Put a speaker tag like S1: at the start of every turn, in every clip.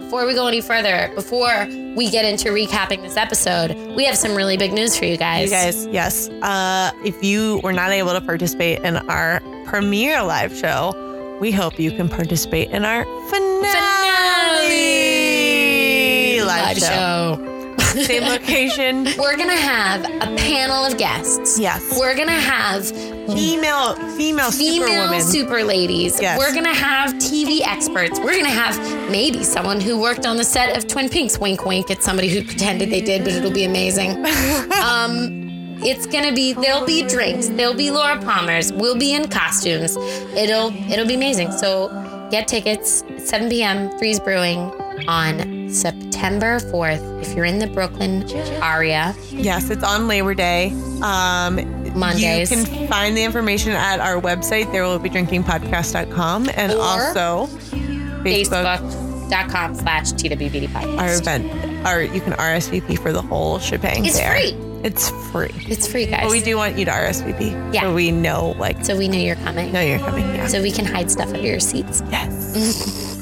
S1: before we go any further, before we get into recapping this episode, we have some really big news for you guys.
S2: You guys, yes. Uh, if you were not able to participate in our premiere live show, we hope you can participate in our finale,
S1: Finale
S2: live,
S1: live
S2: show.
S1: show.
S2: Same location.
S1: We're gonna have a panel of guests.
S2: Yes.
S1: We're gonna have
S2: Female, female,
S1: female
S2: superwoman.
S1: super ladies.
S2: Yes.
S1: We're gonna have TV experts. We're gonna have maybe someone who worked on the set of Twin Peaks. Wink, wink. It's somebody who pretended they did, but it'll be amazing. um, it's gonna be. There'll be drinks. There'll be Laura Palmer's. We'll be in costumes. It'll it'll be amazing. So get tickets. 7 p.m. Freeze Brewing on September 4th. If you're in the Brooklyn area,
S2: Yes, it's on Labor Day. Um,
S1: Mondays.
S2: You can find the information at our website, there will be drinkingpodcast.com, and
S1: Or
S2: also Facebook,
S1: Facebook.com slash TWBD podcast.
S2: Our event, our you can RSVP for the whole shebang.
S1: It's
S2: there.
S1: free.
S2: It's free.
S1: It's free, guys.
S2: But we do want you to RSVP.
S1: Yeah.
S2: So we know, like,
S1: So we know you're coming.
S2: know you're coming. Yeah.
S1: So we can hide stuff under your seats.
S2: yes.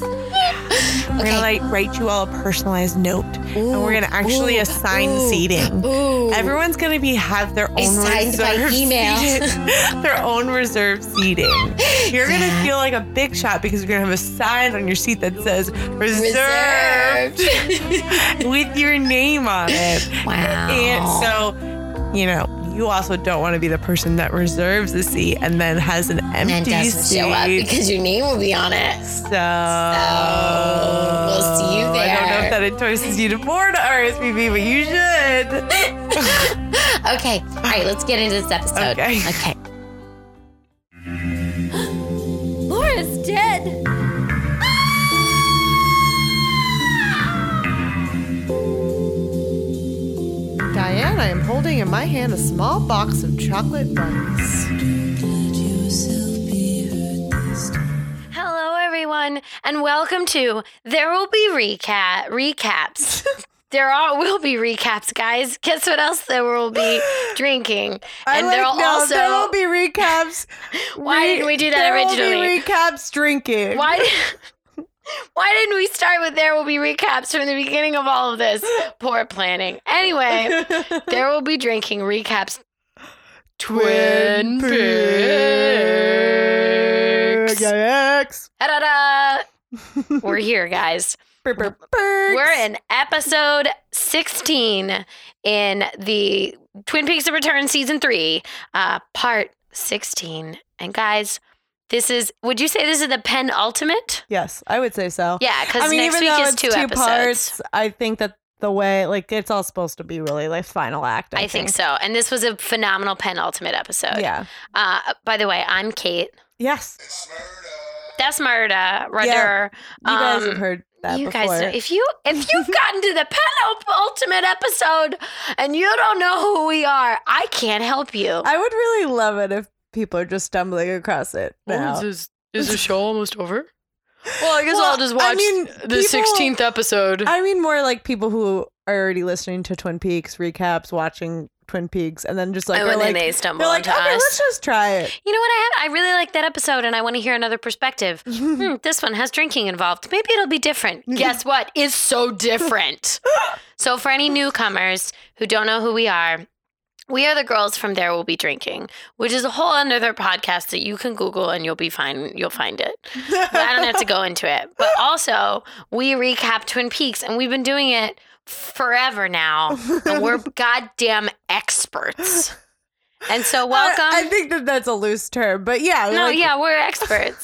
S2: We're
S1: Okay.
S2: gonna like write you all a personalized note, and we're gonna actually
S1: ooh,
S2: assign
S1: ooh,
S2: seating.
S1: Ooh.
S2: Everyone's gonna be have their own
S1: Assigned by
S2: reserved
S1: email.
S2: seating- their own reserved seating. You're gonna feel like a big shot because you're gonna have a sign on your seat that says reserved, with your name on it.
S1: wow.
S2: And so, you know, you also don't want to be the person that reserves the seat and then has an
S1: and
S2: empty
S1: then doesn't
S2: seat.
S1: show up because your name will be on it.
S2: so,
S1: we'll see you
S2: I don't know
S1: there.
S2: if that entices you to board RSVP, but you should.
S1: Okay. All right. Let's get into this episode.
S2: Okay.
S1: Okay.
S3: Laura's dead.
S4: Diane, I am holding in my hand a small box of chocolate bunnies.
S1: Hello, everyone, and welcome to There Will Be Recap Recaps. there are will be recaps, guys. Guess what else there will be drinking?
S2: I
S1: And
S2: like,
S1: there'll
S2: no,
S1: also
S2: there will be recaps.
S1: Why didn't we do that
S2: there will be
S1: originally?
S2: recaps drinking.
S1: Why? di- Why didn't we start with there will be recaps from the beginning of all of this? Poor planning. Anyway, there will be drinking recaps. Twin Peaks.
S2: Yikes.
S1: Da-da-da. We're here, guys.
S2: Burp, burp, burps.
S1: We're in episode 16 in the Twin Peaks of Return season three, uh, part 16. And guys, this is, would you say this is the penultimate?
S2: Yes, I would say so.
S1: Yeah, because
S2: I mean,
S1: next
S2: even
S1: week
S2: though
S1: is
S2: it's
S1: two, episodes.
S2: parts, I think that the way, like, it's all supposed to be really like final act. I,
S1: I think. so. And this was a phenomenal penultimate episode.
S2: Yeah.
S1: Uh, by the way, I'm Kate.
S2: Yes.
S1: That's Murda. Rather,
S2: You guys
S1: Um,
S2: have heard that
S1: you
S2: before.
S1: guys, if you if you've gotten to the penultimate episode and you don't know who we are, I can't help you.
S2: I would really love it if people are just stumbling across it now.
S5: is, is the show almost over? Well, I guess
S2: Well,
S5: I'll just
S2: I
S5: watch
S2: mean,
S5: the
S2: people-
S5: 16th episode.
S2: I mean, more like people who are already listening to Twin Peaks recaps, watching Twin Peaks, and then just like,
S1: and
S2: are
S1: then
S2: like
S1: they
S2: they're
S1: stumble
S2: like,
S1: onto
S2: okay,
S1: us.
S2: let's just try it.
S1: you know what I had? I really like that episode, and I want to hear another perspective. Hmm, this one has drinking involved. Maybe it'll be different. Guess what? It's so different. so, for any newcomers who don't know who we are, we are the girls from There Will Be Drinking, which is a whole another podcast that you can Google and you'll be fine. You'll find it. But I don't have to go into it. But also, we recap Twin Peaks, and we've been doing it forever now, and we're goddamn experts. And so, welcome.
S2: I, I think that that's a loose term, but yeah,
S1: No,
S2: like-
S1: yeah, we're experts.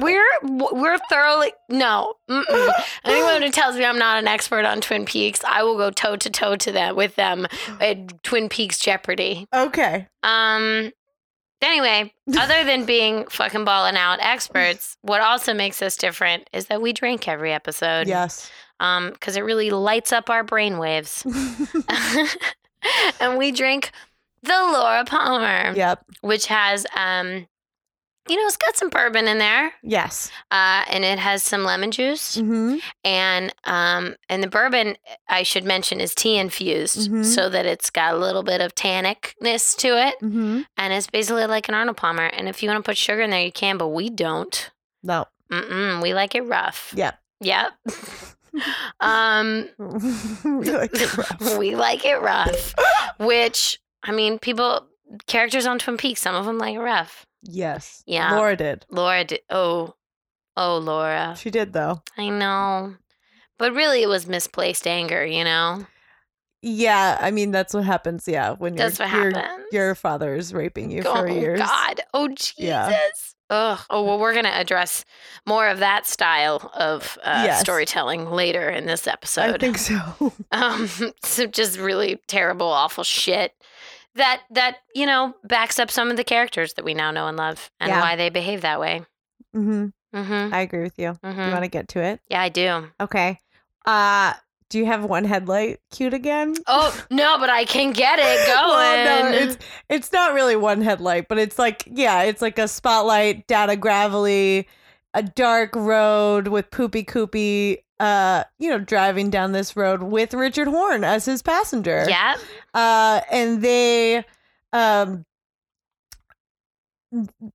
S1: we're we're thoroughly no. Mm-mm. Anyone who tells me I'm not an expert on Twin Peaks, I will go toe to toe to them with them at Twin Peaks Jeopardy.
S2: Okay.
S1: Um. Anyway, other than being fucking balling out experts, what also makes us different is that we drink every episode.
S2: Yes.
S1: Um, because it really lights up our brain waves. and we drink the Laura Palmer,
S2: Yep.
S1: which has um, you know, it's got some bourbon in there
S2: Yes.
S1: uh, and it has some lemon juice
S2: Mm-hmm.
S1: and um, and the bourbon I should mention is tea infused,
S2: Mhm.
S1: so that it's got a little bit of tannicness to it,
S2: Mm-hmm.
S1: and it's basically like an Arnold Palmer. And if you want to put sugar in there, you can, but we don't.
S2: No.
S1: Mm-mm, we like it rough.
S2: Yep.
S1: Yep. Um, we like it rough. Which I mean, people characters on Twin Peaks, some of them like it rough.
S4: yes.
S1: Yeah.
S4: Laura did.
S1: Laura, did, oh, oh, Laura,
S4: She did though.
S1: I know, but really, it was misplaced anger. You know,
S4: Yeah, I mean that's what happens. Yeah, when your-
S1: that's what
S4: your,
S1: happens.
S4: Your father is raping you
S1: oh
S4: for years.
S1: God, oh Jesus.
S4: Yeah.
S1: Ugh. Oh well, we're gonna address more of that style of uh,
S4: Yes.
S1: storytelling later in this episode.
S4: I think so.
S1: um so just really terrible awful shit that that you know backs up some of the characters that we now know and love and
S4: Yeah.
S1: why they behave that way
S4: hmm
S1: mm-hmm,
S4: I agree with you. You
S1: mm-hmm.
S4: want to get to it?
S1: yeah i do
S4: Okay. Uh do you have one headlight cute again?
S1: oh no but i can get it going
S4: Well, no, it's it's not really one headlight, but it's like yeah, it's like a spotlight down a gravelly, a dark road with Poopy Koopy, uh, you know, driving down this road with Richard Horn as his passenger.
S1: yeah
S4: uh, and they um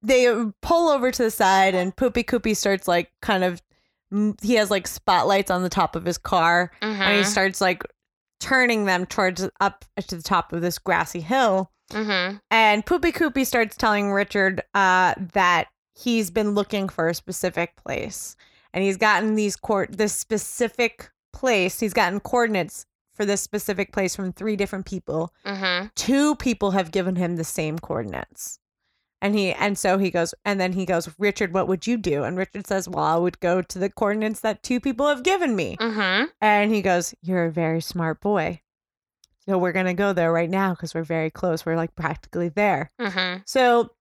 S4: they pull over to the side and poopy koopy starts like kind of m- he has like spotlights on the top of his car and he
S1: mm-hmm,
S4: starts like turning them towards up to the top of this grassy hill
S1: mm-hmm.
S4: and poopy koopy starts telling richard uh that he's been looking for a specific place and he's gotten these court this specific place he's gotten coordinates for this specific place from three different people
S1: Mm-hmm.
S4: two people have given him the same coordinates and he and so he goes and then he goes richard what would you do and richard says well i would go to the coordinates that two people have given me
S1: Mm-hmm.
S4: and he goes you're a very smart boy so we're going to go there right now because we're very close we're like practically there
S1: Mm-hmm.
S4: so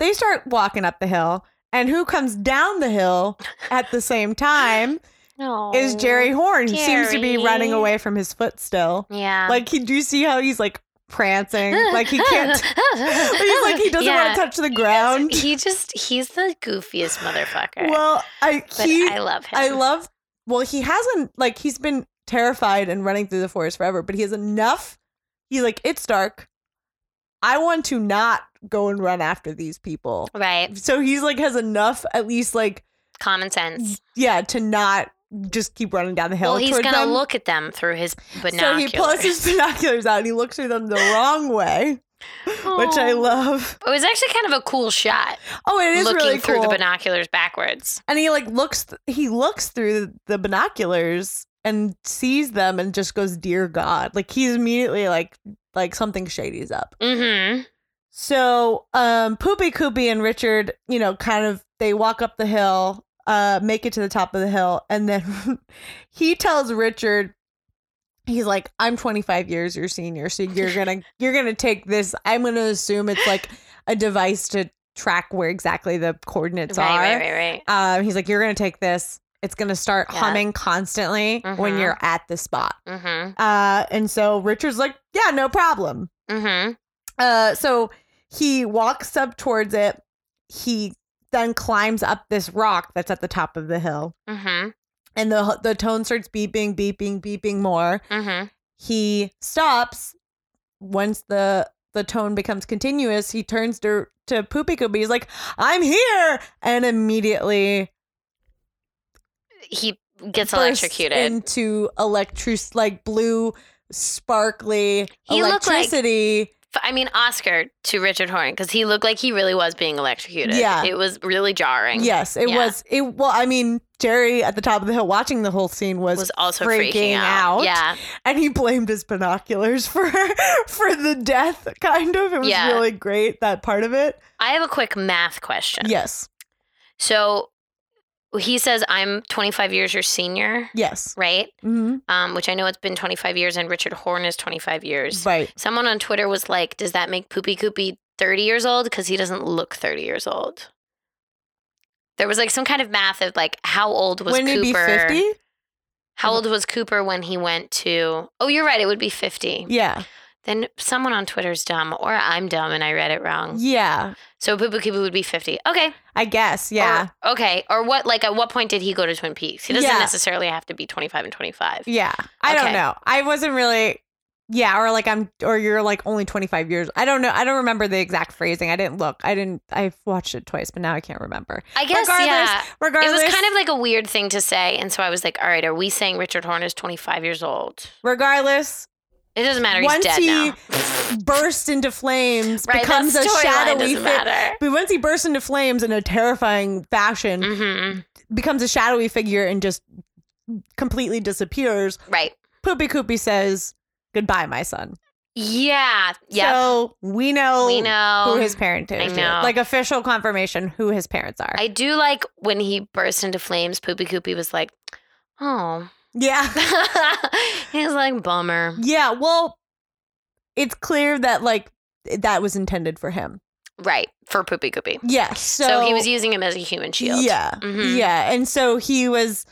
S4: they start walking up the hill and who comes down the hill at the same time
S1: No.
S4: is jerry horn he seems to be running
S1: Jerry.
S4: away from his foot still
S1: Yeah.
S4: like, he, do you see how he's like prancing? Like he can't. he's like he doesn't want to touch the ground.
S1: He just he's the goofiest motherfucker.
S4: Well, I
S1: but
S4: he
S1: I love him.
S4: I love. Well, he hasn't like he's been terrified and running through the forest forever, but he has enough. He's like it's dark. I want to not go and run after these people.
S1: right.
S4: So he's like has enough at least like
S1: Common sense.
S4: yeah to not just keep running down the hill.
S1: Well, he's
S4: towards
S1: gonna
S4: them.
S1: look at them through his
S4: So he
S1: binoculars.
S4: pulls his binoculars out and he looks through them the wrong way, which I
S1: Aw.
S4: love.
S1: It was actually kind of a cool shot,
S4: Oh, it is
S1: looking
S4: really
S1: through
S4: cool.
S1: the binoculars backwards.
S4: and he like looks th- he looks through the binoculars and sees them and just goes, "Dear God!" Like he's immediately like like something shady's up.
S1: Mm-hmm.
S4: So, um, Poopy Koopy and Richard, you know, kind of they walk up the hill, uh, make it to the top of the hill, and then he tells Richard, he's like, "I'm 25 years your senior, so you're gonna you're gonna take this. I'm gonna assume it's like a device to track where exactly the coordinates
S1: Right,
S4: are."
S1: right, right, right.
S4: Um, he's like, "You're gonna take this. It's gonna start
S1: Yeah.
S4: humming constantly when
S1: Mhm.
S4: you're at the spot."
S1: Mm-hmm.
S4: Uh, and so Richard's like, "Yeah, no problem."
S1: Mm-hmm.
S4: Uh, so he walks up towards it. He then climbs up this rock that's at the top of the hill,
S1: Mm-hmm.
S4: and the the tone starts beeping, beeping, beeping more.
S1: Mm-hmm.
S4: He stops once the the tone becomes continuous. He turns to to Poopy Koopy. He's like, "I'm here!" and immediately
S1: He gets
S4: bursts
S1: electrocuted.
S4: into electric like blue sparkly
S1: He looked like-
S4: electricity.
S1: F- I mean, Oscar to Richard Horn because he looked like he really was being electrocuted.
S4: Yeah.
S1: it was really jarring.
S4: Yes, it
S1: Yeah.
S4: was. It well, I mean, Jerry at the top of the hill watching the whole scene was,
S1: was also freaking, out. Yeah,
S4: and he blamed his binoculars for for the death. Kind of, it was
S1: Yeah.
S4: really great that part of it.
S1: I have a quick math question.
S4: Yes,
S1: So he says I'm 25 years your senior,
S4: yes,
S1: right?
S4: hmm
S1: Um, which I know it's been 25 years, and Richard Horn is 25 years.
S4: right.
S1: Someone on Twitter was like, "Does that make Poopy Koopy 30 years old? Because he doesn't look 30 years old." There was like some kind of math of like how old was
S4: Wouldn't
S1: Cooper?
S4: he be fifty?
S1: How old was Cooper when he went to? Oh, you're right. It would be 50.
S4: Yeah,
S1: Then someone on Twitter's dumb, or I'm dumb and I read it wrong.
S4: yeah.
S1: So Poopy Koopy would be 50. Okay.
S4: I guess. Yeah,
S1: Or- okay. Or what? Like at what point did he go to Twin Peaks? He doesn't
S4: Yeah.
S1: necessarily have to be 25 and 25.
S4: yeah. I don't
S1: Okay.
S4: know. I wasn't really yeah, or like I'm, or you're like only 25 years. I don't know. I don't remember the exact phrasing. I didn't look. I didn't. I've watched it twice, but now I can't remember.
S1: I guess
S4: regardless,
S1: yeah. It
S4: regardless,
S1: was kind of like a weird thing to say, and so I was like, "All right, are we saying Richard Horner's 25 years old?
S4: regardless.
S1: It doesn't matter. He's
S4: once
S1: dead
S4: he
S1: now.
S4: bursts into flames,
S1: Right,
S4: becomes a
S1: that storyline
S4: shadowy.
S1: doesn't
S4: figure.
S1: matter.
S4: But once he bursts into flames in a terrifying fashion,
S1: hmm
S4: becomes a shadowy figure and just completely disappears.
S1: Right.
S4: Poopy Koopy says, "Goodbye, my son."
S1: Yeah. Yeah.
S4: So we know
S1: we know.
S4: who his parent is.
S1: Oh, I know.
S4: Like official confirmation who his parents are.
S1: I do like when he burst into flames. Poopy Koopy was like, "Oh."
S4: yeah.
S1: he was like, "Bummer."
S4: Yeah, well, it's clear that like that was intended for him.
S1: Right for Poopy Koopy.
S4: Yes.
S1: So,
S4: So,
S1: he was using him as a human shield.
S4: Yeah.
S1: Mhm.
S4: Yeah, and so he was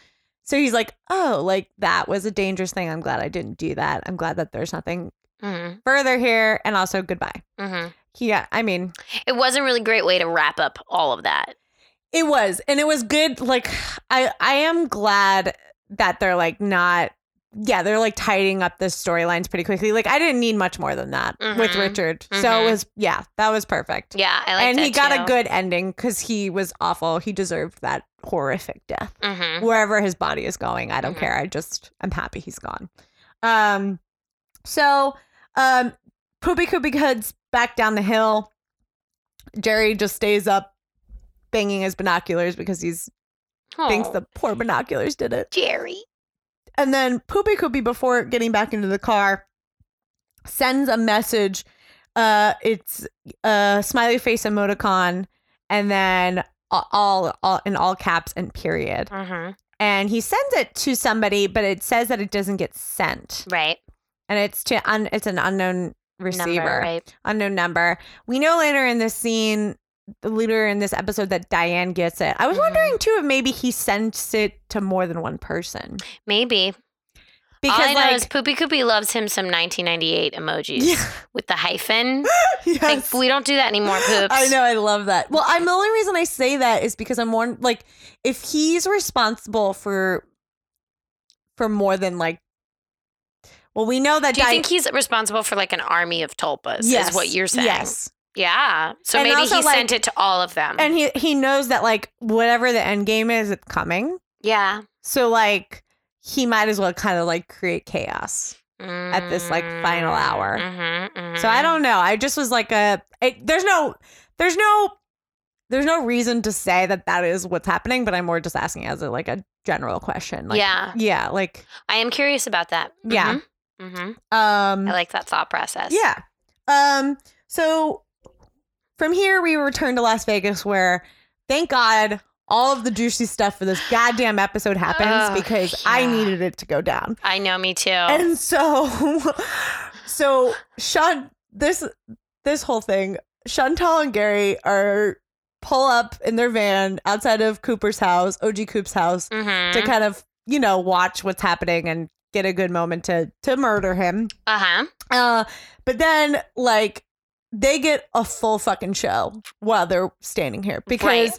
S4: so he's like, "Oh, like that was a dangerous thing. I'm glad I didn't do that. I'm glad that there's nothing
S1: hmm
S4: further here and also goodbye."
S1: hmm
S4: Yeah, I mean,
S1: It was a really great way to wrap up all of that.
S4: It was, and it was good. Like I, I am glad that they're like not. Yeah, they're like tidying up the storylines pretty quickly. Like I didn't need much more than that with
S1: Mhm.
S4: Richard. So
S1: Mhm.
S4: it was, yeah, that was perfect.
S1: Yeah, I like
S4: and
S1: that
S4: he got a
S1: too.
S4: good ending because he was awful. He deserved that horrific death.
S1: Mhm.
S4: Wherever his body is going, I don't
S1: Mhm.
S4: care. I just I'm happy he's gone. Um, so um, Poopy Koopy heads back down the hill. Jerry just stays up, banging his binoculars because he's thinks
S1: Aw,
S4: the poor binoculars did it.
S1: Oh, Jerry.
S4: And then Poopy Koopy, before getting back into the car, sends a message. Uh, it's a smiley face emoticon, and then a- all, all in all caps and period.
S1: hmm
S4: And he sends it to somebody, but it says that it doesn't get sent,
S1: Right.
S4: and it's to un- it's an unknown receiver,
S1: Number. Right.
S4: unknown number. We know later in this scene. Later in this episode, that Diane gets it. I was
S1: Mhm.
S4: wondering too if maybe he sends it to more than one person
S1: Maybe.
S4: because
S1: all I
S4: like
S1: know is Poopy Koopy loves him some 1998 emojis
S4: Yeah.
S1: with the hyphen.
S4: Yes.
S1: Like we don't do that anymore, poops.
S4: I know, I love that. Well, I'm the only reason I say that is because I'm more like if he's responsible for for more than like well, we know that
S1: Do you
S4: Di-
S1: think he's responsible for like an army of tulpas? Is what you're saying?
S4: Yes.
S1: Yeah. So
S4: And
S1: maybe
S4: also,
S1: he
S4: like-
S1: sent it to all of them.
S4: And he he knows that like whatever the end game is, it's coming.
S1: yeah.
S4: So like he might as well kind of like create chaos.
S1: At
S4: this, like, final hour.
S1: hmm
S4: So I don't know. I just was like a it, there's no there's no there's no reason to say that that is what's happening, but I'm more just asking as a like a general question. Like,
S1: yeah.
S4: Yeah, like
S1: I am curious about that.
S4: Yeah.
S1: hmm hmm
S4: um
S1: I like that thought process.
S4: yeah. Um so from here we return to Las Vegas where thank God all of the juicy stuff for this goddamn episode happens
S1: Ugh,
S4: because I
S1: yeah. Oh.
S4: needed it to go down.
S1: I know. Me too.
S4: And so so Sean this this whole thing, Chantal and Gary are pull up in their van outside of Cooper's house, OG Coop's house,
S1: hmm
S4: to kind of, you know, watch what's happening and get a good moment to to murder him.
S1: Uh huh.
S4: Uh, but then like they get a full fucking show while they're standing here because
S1: Right.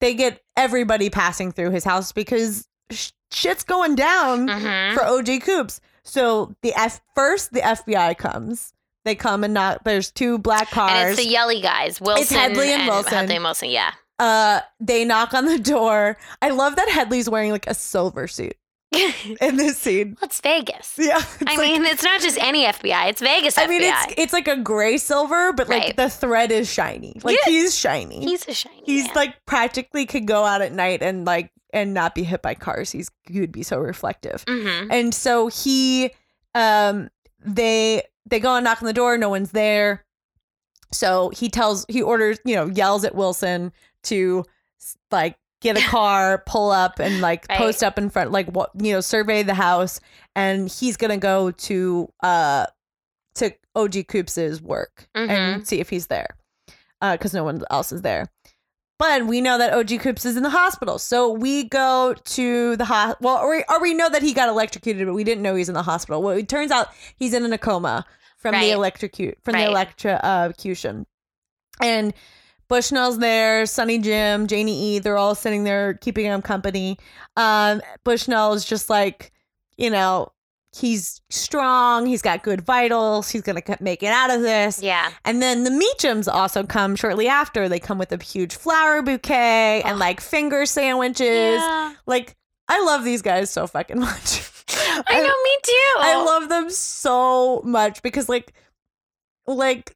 S4: they get everybody passing through his house because sh- shit's going down
S1: hmm
S4: for OJ Coops. So the F first the FBI comes. They come and knock. There's two black
S1: And it's
S4: cars.
S1: the Yelly guys, Wilson,
S4: Headley and Wilson.
S1: Headley and Wilson, yeah.
S4: uh, they knock on the door. I love that Headley's wearing like a silver suit in this scene.
S1: What's Vegas?
S4: Yeah, it's
S1: I
S4: like-
S1: mean, it's not just any FBI; it's Vegas
S4: I
S1: FBI.
S4: mean, it's it's like a gray silver, but like
S1: Right.
S4: the thread is shiny. Like
S1: Yeah.
S4: he's shiny.
S1: he's a shiny.
S4: he's
S1: man.
S4: like practically could go out at night and like and not be hit by cars. He's he would be so reflective.
S1: Mhm.
S4: And so he, um, they they go and knock on the door. No one's there. So he tells he orders you know yells at Wilson to s- like get a car, pull up, and like
S1: Right.
S4: post up in front, like what you know, survey the house. And he's gonna go to uh to OG Coops's work and see if he's there because no one else is there. But we know that OG Coops is in the hospital, so we go to the hospital. Well, or we, or we know that he got electrocuted, but we didn't know he's in the hospital. Well, it turns out he's in a coma from the
S1: Right.
S4: electrocute from
S1: Right.
S4: the electrocution, and Bushnell's there, Sonny Jim, Janie E. They're all sitting there keeping him company. Um, Bushnell is just like, you know, he's strong. He's got good vitals. He's gonna c- make it out of this.
S1: Yeah.
S4: And then the Meachums also come shortly after. They come with a huge flower bouquet and like finger sandwiches.
S1: Yeah.
S4: Like I love these guys so fucking much.
S1: I know, me too.
S4: I love them so much because like like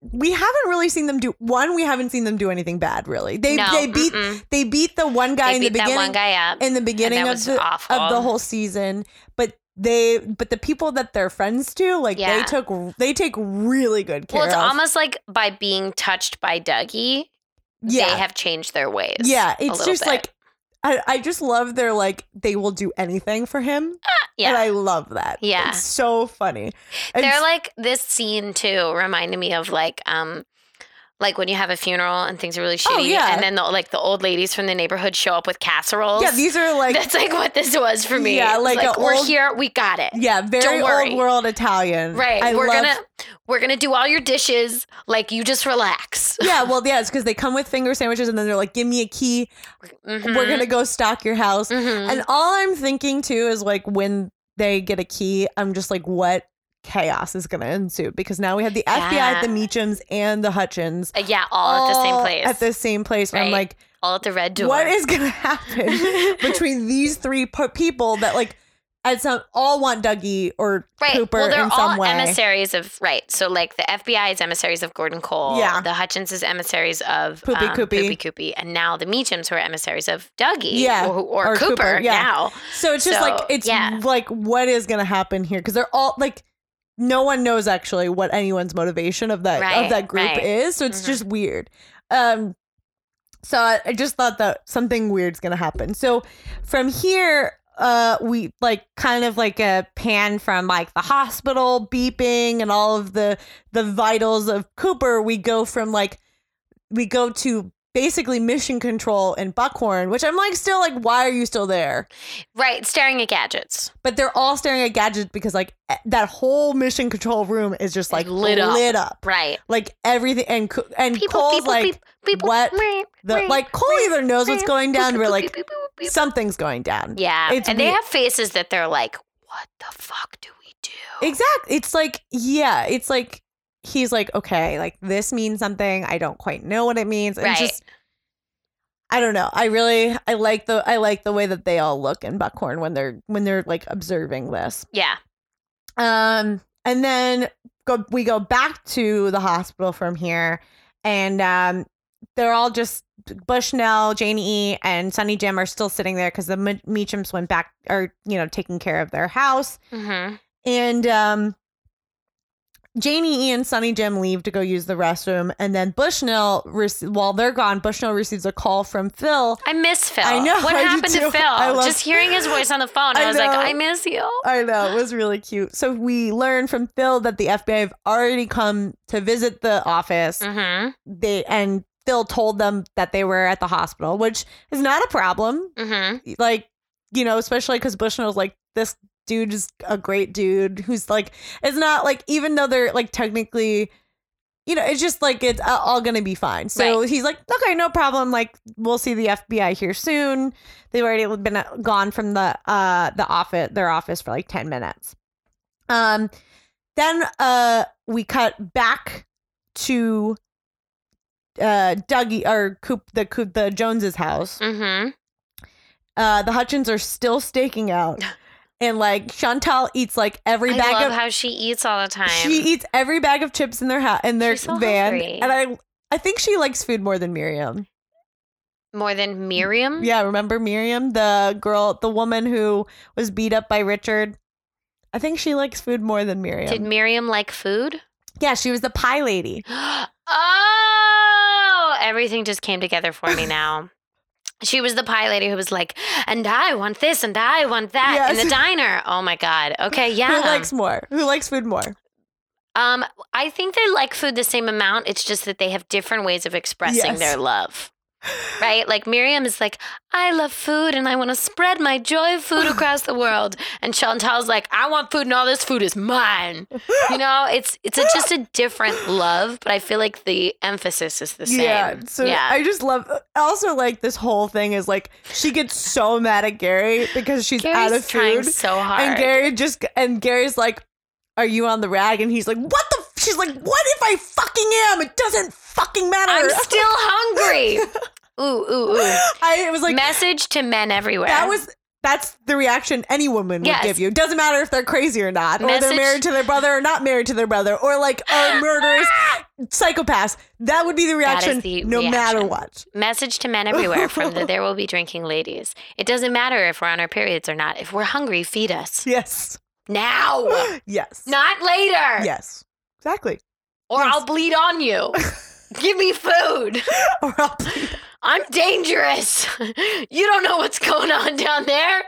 S4: we haven't really seen them do one we haven't seen them do anything bad really. They
S1: No,
S4: they beat
S1: mm-mm.
S4: they beat the one guy
S1: They
S4: in
S1: beat
S4: the beginning
S1: that one guy up.
S4: in the beginning
S1: that
S4: of
S1: was
S4: the
S1: awful.
S4: of the whole season, but they but the people that they're friends to like they
S1: Yeah.
S4: took they take really good care
S1: well, it's
S4: of.
S1: almost like by being touched by Dougie, they have changed their ways.
S4: Yeah,
S1: a
S4: it's
S1: little
S4: just
S1: bit.
S4: like I, I just love their like they will do anything for him, and
S1: yeah.
S4: I love that.
S1: Yeah.
S4: it's so funny.
S1: They're
S4: It's-
S1: like this scene too reminded me of like um like when you have a funeral and things are really shitty
S4: Oh, yeah.
S1: and then the, like the old ladies from the neighborhood show up with casseroles.
S4: yeah, these are like
S1: That's like what this was for me.
S4: Yeah,
S1: It's
S4: like a
S1: we're
S4: old-
S1: here, we got it.
S4: yeah very
S1: don't worry.
S4: old world Italian.
S1: Right.
S4: I
S1: we're
S4: love-
S1: gonna we're gonna do all your dishes. Like you just relax.
S4: Yeah, well, yeah, it's because they come with finger sandwiches, and then they're like, "Give me a key.
S1: Mhm.
S4: We're gonna go stock your house."
S1: Mhm.
S4: And all I'm thinking too is like when they get a key, I'm just like, what chaos is going to ensue? Because now we have the FBI,
S1: Yeah.
S4: the Meachums, and the Hutchins
S1: Uh, yeah, all at the same
S4: all
S1: place.
S4: At the same place. And I'm
S1: Right.
S4: like,
S1: all at the red door.
S4: what is going to happen between these three po- people that like at some all want Dougie or
S1: Right.
S4: Cooper
S1: well, they're
S4: in
S1: all
S4: some way?
S1: emissaries of right. So like the FBI is emissaries of Gordon Cole.
S4: Yeah.
S1: The Hutchins is emissaries of um,
S4: Poopy Coopy.
S1: Poopy Coopy, and now the Meachums who are emissaries of Dougie.
S4: Yeah,
S1: Or, or
S4: or
S1: Cooper,
S4: Cooper, yeah.
S1: now.
S4: So it's just
S1: So,
S4: like it's
S1: yeah.
S4: like what is going to happen here because they're all like no one knows actually what anyone's motivation of that of
S1: Right,
S4: that group
S1: right.
S4: is. So it's
S1: Mhm.
S4: just weird. Um so I, I just thought that something weird's going to happen. So from here uh we like kind of like a pan from like the hospital beeping and all of the the vitals of Cooper we go from like we go to basically mission control in Buckhorn which I'm like still like why are you still there
S1: Right. Staring at gadgets.
S4: but they're all staring at gadgets because like e- that whole mission control room is just like lit
S1: lit
S4: up,
S1: up. Right.
S4: like everything and Co- and
S1: People,
S4: Cole's
S1: people,
S4: like
S1: people, people.
S4: what
S1: meh,
S4: the
S1: meh,
S4: like Cole
S1: meh,
S4: either knows what's
S1: meh,
S4: going down
S1: boop,
S4: or
S1: boop,
S4: like
S1: boop, boop, boop, boop.
S4: something's going down
S1: Yeah.
S4: It's
S1: and they
S4: weird.
S1: have faces that they're like, what the fuck do we do?
S4: exactly it's like yeah it's like he's like okay like this means something I don't quite know what it means and
S1: Right.
S4: just I don't know I really I like the I like the way that they all look in Buckhorn when they're when they're like observing this
S1: yeah.
S4: Um, and then go, we go back to the hospital from here, and um, they're all just Bushnell, Janie E, and Sunny Jim are still sitting there because the Me- Meachums went back, or you know, taking care of their house,
S1: Mm-hmm.
S4: and um. Janie E and Sunny Jim leave to go use the restroom, and then Bushnell, rec- while they're gone, Bushnell receives a call from Phil.
S1: I miss Phil.
S4: I know,
S1: What
S4: I do
S1: happened
S4: too.
S1: to Phil?
S4: I love-
S1: Just hearing his voice on the phone, I,
S4: I
S1: was like,
S4: know.
S1: I miss you.
S4: I know it was really cute. So we learn from Phil that the FBI have already come to visit the office,
S1: Mm-hmm.
S4: they and Phil told them that they were at the hospital, which is not a problem.
S1: Mm-hmm.
S4: Like, you know, especially because Bushnell's like, this dude is a great dude who's like, it's not like, even though they're like technically, you know, it's just like, it's a- all going to be fine. So he's like, okay, no problem. Like, we'll see the FBI here soon. They've already been uh, gone from the, uh, the office, their office for like 10 minutes. Um, then, uh, we cut back to, uh, Dougie or Coop, the Coop, the Jones's house
S1: Mm-hmm.
S4: uh, the Hutchins are still staking out. And like Chantal eats like every
S1: I
S4: bag
S1: love
S4: of
S1: how she eats all the time.
S4: she eats every bag of chips in their ha- in their
S1: She's so
S4: van.
S1: hungry. Mm-hmm.
S4: And I I think she likes food more than Miriam.
S1: More than Miriam.
S4: Yeah, remember Miriam, the girl, the woman who was beat up by Richard? I think she likes food more than Miriam.
S1: Did Miriam like food?
S4: yeah, she was the pie lady.
S1: oh, everything just came together for me now. She was the pie lady who was like, and I want this and I want that in the
S4: Yes.
S1: diner. Oh my God. Okay. Yeah.
S4: Who likes more? Who likes food more?
S1: um, I think they like food the same amount. It's just that they have different ways of expressing
S4: Yes.
S1: their love. right? Like Miriam is like, I love food and I want to spread my joy of food across the world. And Chantal's like, I want food and all this food is mine. You know, it's it's a, just a different love, but I feel like the emphasis is the same.
S4: Yeah. So I just love. Also, like this whole thing is like she gets so mad at Gary because she's out of
S1: Gary's trying
S4: food,
S1: so hard.
S4: and Gary just and Gary's like, "Are you on the rag?" And he's like, "What the?" F-? She's like, "What if I fucking am? It doesn't fucking matter."
S1: I'm still hungry. Ooh, ooh, ooh.
S4: I it was like
S1: Message to men everywhere.
S4: that was. That's the reaction any woman would
S1: Yes.
S4: give you. It doesn't matter if they're crazy or not, or they're
S1: Message-
S4: married to their brother or not married to their brother, or like are murderers, psychopaths. That would be the
S1: That is
S4: reaction
S1: the
S4: no matter
S1: reaction.
S4: what.
S1: Message to men everywhere from the There Will Be Drinking Ladies. It doesn't matter if we're on our periods or not. If we're hungry, feed us
S4: Yes.
S1: now,
S4: Yes.
S1: not later,
S4: Yes. Exactly.
S1: or I'll bleed on you. Give me food.
S4: Or I'll bleed.
S1: I'm dangerous. You don't know what's going on down there.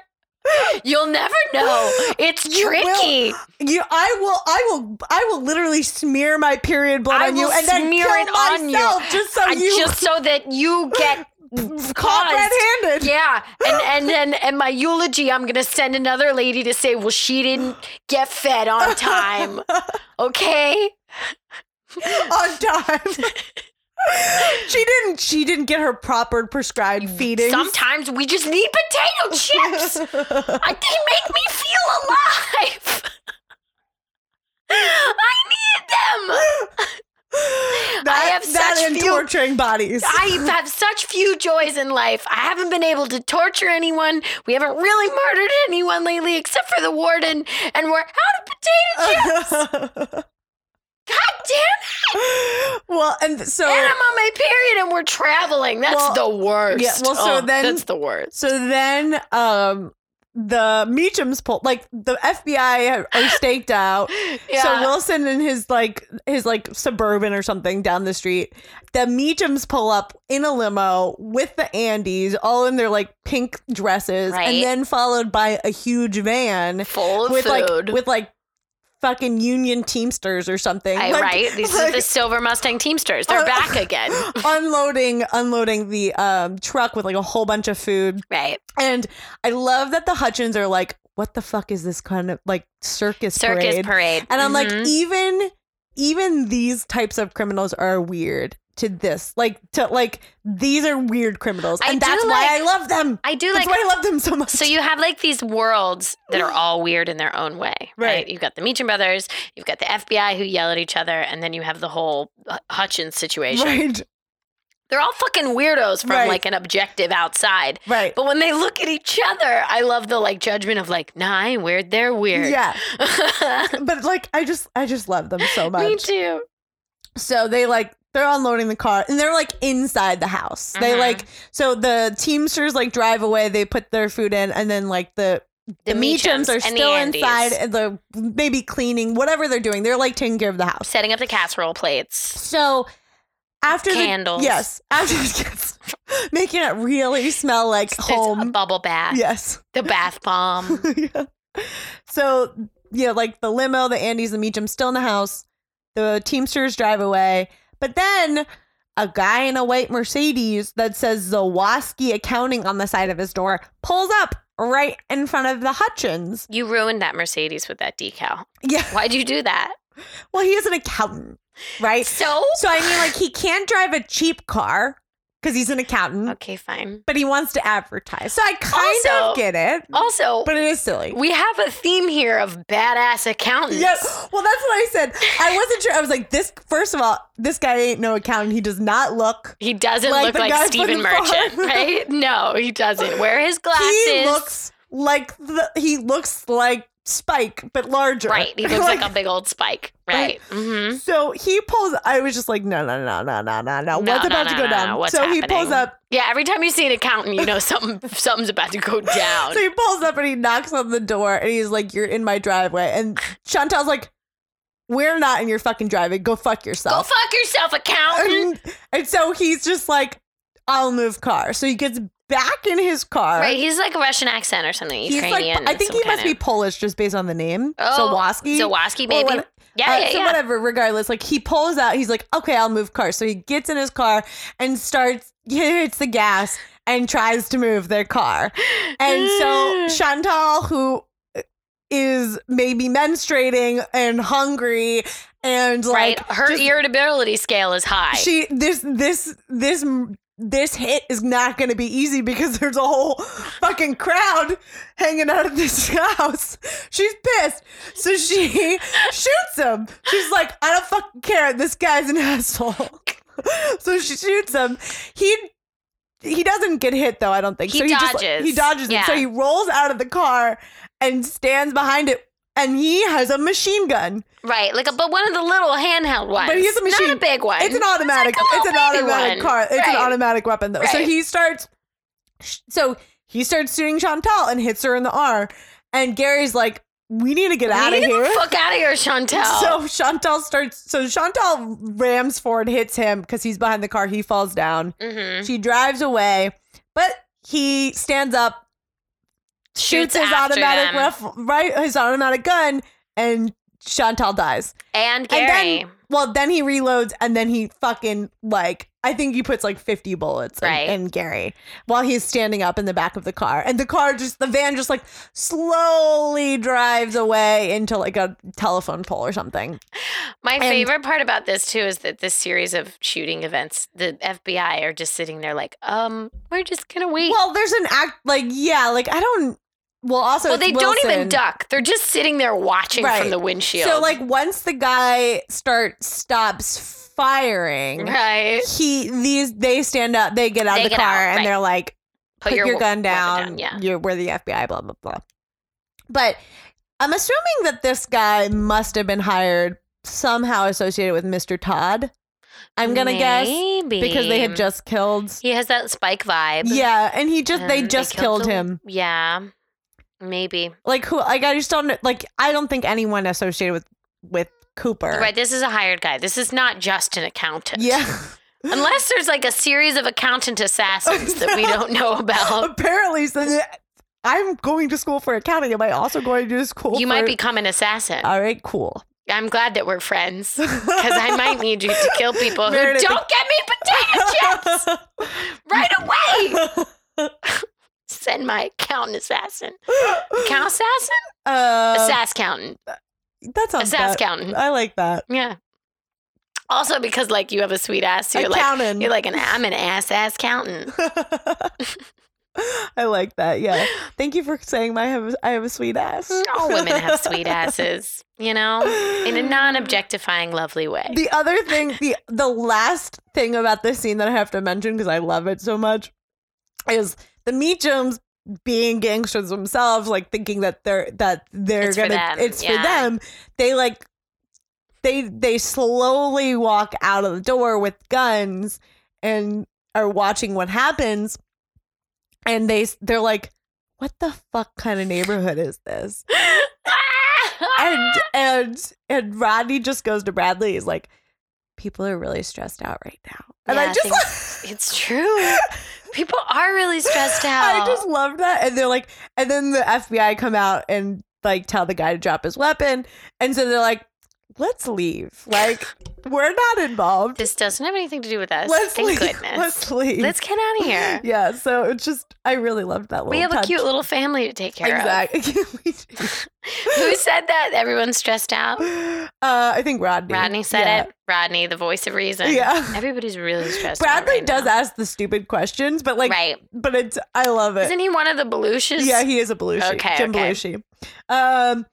S1: You'll never know. It's
S4: You will.
S1: tricky.
S4: You, I will, I will, I will literally smear my period blood
S1: I
S4: on you,
S1: will
S4: and then
S1: smear
S4: kill
S1: it on you.
S4: myself just so
S1: I-
S4: you
S1: just so that you get
S4: caught
S1: caused.
S4: red-handed.
S1: Yeah, and and then and my eulogy, I'm gonna send another lady to say, well, she didn't get fed on time. Okay,
S4: on time. she didn't. She didn't get her proper prescribed feeding.
S1: sometimes we just need potato chips. I, they make me feel alive. I need them. I have
S4: that
S1: such
S4: and
S1: few-
S4: torturing bodies.
S1: I have such few joys in life. I haven't been able to torture anyone. We haven't really murdered anyone lately, except for the warden. And we're out of potato chips. God damn
S4: well, and so
S1: it! And I'm on my period, and we're traveling. That's
S4: Well,
S1: the worst.
S4: yeah, well, so
S1: Oh,
S4: then-
S1: that's the worst.
S4: So then, um, the Meachums pull like the FBI are staked out.
S1: Yeah.
S4: So Wilson and his like his like suburban or something down the street. The Meachums pull up in a limo with the Andes, all in their like pink dresses,
S1: Right.
S4: and then followed by a huge van
S1: full of
S4: with like
S1: food.
S4: with like fucking Union Teamsters or something.
S1: I,
S4: Like-
S1: right? These are
S4: like-
S1: the Silver Mustang Teamsters. They're
S4: Uh,
S1: back again.
S4: unloading unloading the um, truck with like a whole bunch of food
S1: Right.
S4: And I love that the Hutchins are like, what the fuck is this kind of like circus,
S1: Circus
S4: parade?
S1: parade.
S4: And I'm
S1: Mhm.
S4: like, even even these types of criminals are weird to this. Like to like these are weird criminals.
S1: I
S4: and
S1: do
S4: that's why
S1: like-
S4: I love them.
S1: I do
S4: that's
S1: like.
S4: why I love them so much.
S1: So you have like these worlds that are all weird in their own way, right?
S4: Right.
S1: You've got the Meacham brothers, you've got the FBI who yell at each other, and then you have the whole uh, Hutchins situation.
S4: Right.
S1: They're all fucking weirdos from
S4: Right.
S1: like an objective outside.
S4: Right.
S1: But when they look at each other, I love the like judgment of like, nah, I ain't weird. They're weird.
S4: Yeah. But like I just I just love them so much.
S1: Me too.
S4: So they like they're unloading the car and they're like inside the house. They
S1: Mhm.
S4: like so the Teamsters like drive away, they put their food in and then like the the, Meachums are
S1: and the
S4: still
S1: Andes.
S4: inside and they're maybe cleaning, whatever they're doing. They're like taking care of the house.
S1: Setting up the casserole plates.
S4: So after
S1: Candles.
S4: the yes, after yes, making it really smell like
S1: There's a
S4: home.
S1: bubble bath.
S4: Yes.
S1: The bath bomb.
S4: yeah. So yeah, like the limo, the Andes, the Meachums still in the house. The Teamsters drive away, but then a guy in a white Mercedes that says Zawaski Accounting on the side of his door pulls up right in front of the Hutchins.
S1: you ruined that Mercedes with that decal.
S4: Yeah.
S1: Why'd you do that?
S4: Well, he is an accountant, right?
S1: So
S4: So I mean, like he can't drive a cheap car because he's an accountant,
S1: Okay, fine.
S4: but he wants to advertise. So I kind of
S1: Uh, Also-
S4: get it,
S1: Also,
S4: but it is silly.
S1: we have a theme here of badass accountants.
S4: Yeah. Well, that's what I said. I wasn't sure. I was like, this. First of all, this guy ain't no accountant. He does not look.
S1: He doesn't
S4: Like
S1: look
S4: the
S1: like
S4: guy
S1: Stephen
S4: from the
S1: Merchant,
S4: farm.
S1: right? No, he doesn't. Wear his glasses.
S4: He looks like the, he looks like Spike, but larger.
S1: right. He looks like, a big old spike, right? Mm-hmm.
S4: So he pulls. I was just like, no, no, no, no, no, no, no.
S1: No,
S4: What's
S1: no,
S4: about
S1: no,
S4: to go
S1: no,
S4: down?
S1: no. What's
S4: so he pulls
S1: happening?
S4: up.
S1: Yeah. Every time you see an accountant, you know something something's about to go down.
S4: So he pulls up and he knocks on the door and he's like, "You're in my driveway." And Chantal's like, "We're not in your fucking driveway. Go fuck
S1: Go
S4: yourself."
S1: fuck yourself, accountant.
S4: and, and so he's just like, "I'll move car." So he gets back in his car.
S1: Right, he's like a Russian accent or something.
S4: He's
S1: Ukrainian.
S4: like, I think he must be Polish just based on the name.
S1: Oh,
S4: Zawaski.
S1: Zawaski,
S4: Or
S1: maybe.
S4: what-
S1: yeah,
S4: uh,
S1: yeah,
S4: so
S1: yeah.
S4: whatever, regardless, like he pulls out, he's like, okay, I'll move car. So he gets in his car and starts, hits the gas and tries to move their car. And so
S1: Mm.
S4: Chantal, who uh, is maybe menstruating and hungry and
S1: right,
S4: like
S1: her
S4: just-
S1: irritability scale is high.
S4: she this this this this hit is not going to be easy because there's a whole fucking crowd hanging out at this house. She's pissed, so she shoots him. She's like, "I don't fucking care. This guy's an asshole." so she shoots him. He he doesn't get hit though. I don't think
S1: He
S4: so. He, just, like,
S1: dodges.
S4: he dodges. it.
S1: Yeah.
S4: So he rolls out of the car and stands behind it, and he has a machine gun.
S1: right, like a, but one of the little handheld ones.
S4: But he has a machine.
S1: Not a big one.
S4: It's an
S1: like
S4: automatic.
S1: a
S4: It's,
S1: little
S4: an
S1: baby
S4: automatic
S1: one.
S4: car. It's an
S1: Right.
S4: automatic weapon though. So
S1: Right.
S4: he starts. So he starts shooting Chantal and hits her in the arm. And Gary's like, "We need to get out
S1: Get
S4: of
S1: the
S4: here."
S1: fuck out of here, Chantel.
S4: So Chantal starts. So Chantal rams forward, hits him because he's behind the car. He falls down.
S1: Mhm.
S4: She drives away, but he stands up, shoots, his
S1: after
S4: automatic
S1: them.
S4: rifle, right, his automatic gun, and Chantal dies.
S1: and
S4: And
S1: Gary.
S4: then, well, then he reloads and then he fucking like I think he puts like fifty bullets in,
S1: Right.
S4: in Gary while he's standing up in the back of the car, and the car just the van just like slowly drives away into like a telephone pole or something.
S1: My favorite part about this too is that this series of shooting events, the FBI are just sitting there like, um, we're just gonna wait. Well,
S4: Well, there's an act like yeah, like I don't. Well, also it's
S1: they don't even
S4: Wilson.
S1: duck. They're just sitting there watching
S4: Right.
S1: from the windshield.
S4: So like once the guy starts stops firing,
S1: right,
S4: he these they stand up, they get out
S1: They
S4: of the
S1: get
S4: car,
S1: out,
S4: and
S1: right.
S4: they're like. put, your,
S1: wo-
S4: gun
S1: weapon
S4: down.
S1: Yeah,
S4: You're we're the FBI, blah blah blah. But I'm assuming that this guy must have been hired somehow associated with Mr. Todd. I'm gonna guess
S1: Maybe.
S4: because they had just killed.
S1: He has that spike vibe.
S4: Yeah, and he just they
S1: and
S4: just killed,
S1: the-
S4: him.
S1: Yeah, maybe.
S4: Like who? Like I just don't kn- like I don't think anyone associated with with Cooper.
S1: Right, this is a hired guy. This is not just an accountant.
S4: Yeah.
S1: Unless there's like a series of accountant assassins that we don't know about.
S4: Apparently, so I'm going to school for accounting. Am I also going to school?
S1: You
S4: for-
S1: might become an assassin.
S4: All right, cool.
S1: I'm glad that we're friends because I might need you to kill people who
S4: Meredith,
S1: don't get me potato chips right away.
S4: Um,
S1: Send my accountant assassin. Count assassin?
S4: Uh,
S1: Assass countant.
S4: that sounds
S1: Assass
S4: bad.
S1: countant.
S4: I like that.
S1: Yeah. Also because like you have a sweet ass, so you're like
S4: Accountant.
S1: you're like an I'm an ass ass countant.
S4: I like that. Yeah. Thank you for saying my have I have a sweet ass.
S1: All women have sweet asses, you know, in a non-objectifying, lovely way.
S4: The other thing, the the last thing about this scene that I have to mention because I love it so much is the Meachums being gangsters themselves, like thinking that they're that they're
S1: It's for
S4: gonna
S1: them,
S4: it's for
S1: yeah.
S4: them. They like they they slowly walk out of the door with guns and are watching what happens, and they they're like, "What the fuck kind of neighborhood is this?" and and and Rodney just goes to Bradley. He's like, people are really stressed out right now, and
S1: Yeah,
S4: I just
S1: things- it's true. People are really stressed out.
S4: I just love that. And they're like, and then the FBI come out and like tell the guy to drop his weapon, and so they're like, let's leave. Like we're not involved.
S1: this doesn't have anything to do with us.
S4: let's
S1: Thank
S4: leave.
S1: goodness.
S4: Let's leave.
S1: Let's get out of here.
S4: yeah. So it's just I really loved that. Little
S1: We have
S4: touch.
S1: a cute little family to take care
S4: Exactly.
S1: of. Who said that? Everyone's stressed out.
S4: uh, I think Rodney.
S1: Rodney said
S4: Yeah.
S1: it. Rodney, the voice of reason.
S4: Yeah.
S1: Everybody's really stressed out.
S4: Bradley
S1: right
S4: does
S1: now.
S4: ask the stupid questions, but like,
S1: right.
S4: but it's I love it.
S1: Isn't he one of the Belushes?
S4: yeah, he is a Belushi.
S1: Okay,
S4: Jim
S1: okay.
S4: Belushi. Um,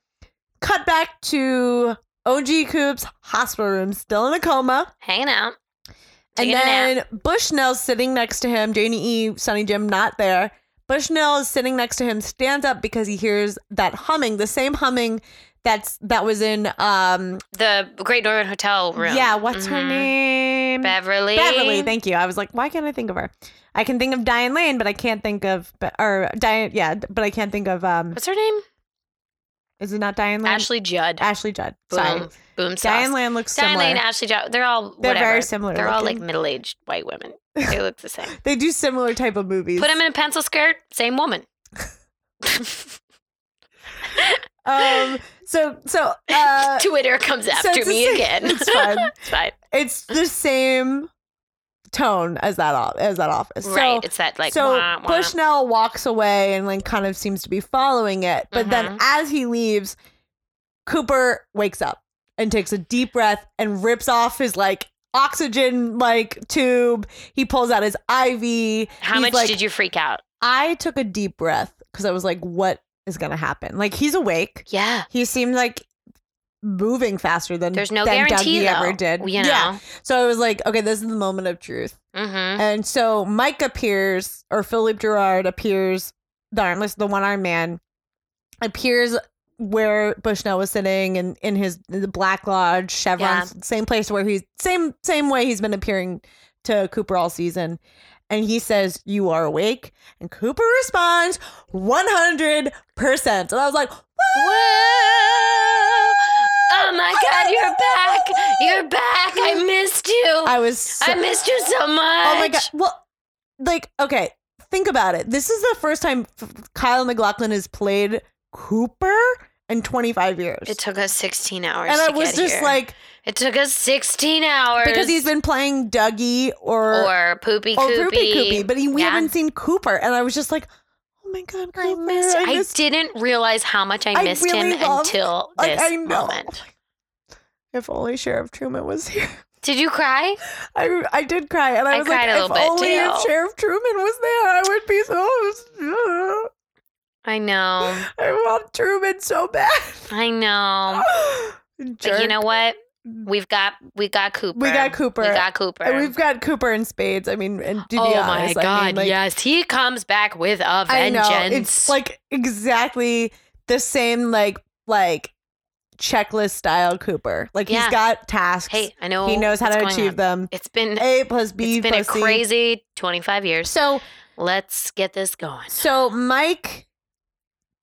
S4: cut back to OG Coop's hospital room, still in a coma,
S1: Hanging out.
S4: and
S1: Taking a nap.
S4: then Bushnell's sitting next to him. Janie E, Sonny Jim, not there. Bushnell is sitting next to him, stands up because he hears that humming, the same humming that's that was in um
S1: the Great Northern Hotel room.
S4: yeah, what's her
S1: Mhm.
S4: name?
S1: Beverly.
S4: Beverly, thank you. I was like, why can't I think of her? I can think of Diane Lane, but I can't think of Be- or Diane. Yeah, but I can't think of um.
S1: What's her name?
S4: Is it not Diane Lane?
S1: Ashley Judd.
S4: Ashley Judd.
S1: Boom.
S4: Sorry.
S1: Boom. Sauce.
S4: Diane Lane looks
S1: Diane
S4: similar.
S1: Lane, uh, Ashley Judd. They're all
S4: They're
S1: whatever.
S4: very similar.
S1: They're all like
S4: looking.
S1: middle aged white women. They look the same.
S4: they do similar type of movies.
S1: Put them in a pencil skirt, same woman.
S4: um. So so uh.
S1: Twitter comes
S4: so
S1: after
S4: it's the
S1: me
S4: same-
S1: again.
S4: It's fine.
S1: It's fine.
S4: It's the same tone as that off as that office. So,
S1: right. It's that like
S4: so
S1: wah, wah.
S4: Bushnell walks away and like kind of seems to be following it, but then
S1: Mhm.
S4: as he leaves, Cooper wakes up and takes a deep breath and rips off his like oxygen like tube. He pulls out his IV.
S1: How
S4: He's
S1: much
S4: like,
S1: did you freak out?
S4: I took a deep breath because I was like, what is gonna happen? Like he's awake.
S1: Yeah.
S4: He seemed like moving faster than
S1: There's no
S4: than
S1: guarantee
S4: Dougie
S1: though.
S4: ever did.
S1: You know.
S4: Yeah. So I was like, okay, this is the moment of truth.
S1: Mm-hmm.
S4: And so Mike appears, or Philip Gerard appears, the armless, the one armed man appears where Bushnell was sitting and in his the Black Lodge Chevron, same place where he's same same way he's been appearing to Cooper all season. And he says, "You are awake." And Cooper responds, "100 percent." And I was like,
S1: Whoa! Oh my God, you're back! You're back! I missed you. I,
S4: "I was so-
S1: missed you so much.
S4: Oh my god! Well, like okay, think about it. This is the first time f- Kyle McLaughlin has played Cooper in 25 years,
S1: It took us 16 hours.
S4: and I
S1: to
S4: was
S1: get
S4: just
S1: here.
S4: like,
S1: it took us 16 hours
S4: because he's been playing Dougie or or,
S1: or poopy
S4: Poopy Coopy, but he, we
S1: Yeah.
S4: haven't seen Cooper, and I was just like, oh my god, Cooper, I missed,
S1: I didn't realize how much I
S4: I
S1: missed
S4: really
S1: him
S4: love-
S1: until
S4: like,
S1: this
S4: I know.
S1: moment.
S4: If only Sheriff Truman was here.
S1: Did you cry?
S4: I, I did cry, and
S1: I
S4: I, was
S1: cried
S4: like,
S1: a
S4: if
S1: little bit,
S4: only if
S1: too.
S4: Sheriff Truman was there, I would be so.
S1: I know.
S4: I want Truman so bad.
S1: I know. But you
S4: Jerk. Mm.
S1: know what? We've got we got Cooper.
S4: We got Cooper.
S1: We got Cooper.
S4: And we've got Cooper and Spades. I mean, and to be
S1: oh my
S4: honest,
S1: god,
S4: I mean, like,
S1: yes. He comes back with a vengeance.
S4: I know it's like exactly the same, like like checklist style Cooper. Like
S1: Yeah.
S4: he's got tasks.
S1: hey, I know
S4: he knows how
S1: what's
S4: to
S1: going
S4: achieve
S1: on.
S4: them.
S1: It's been
S4: A plus B
S1: it's been a
S4: plus C.
S1: crazy 25 years.
S4: So
S1: Let's get this going.
S4: so Mike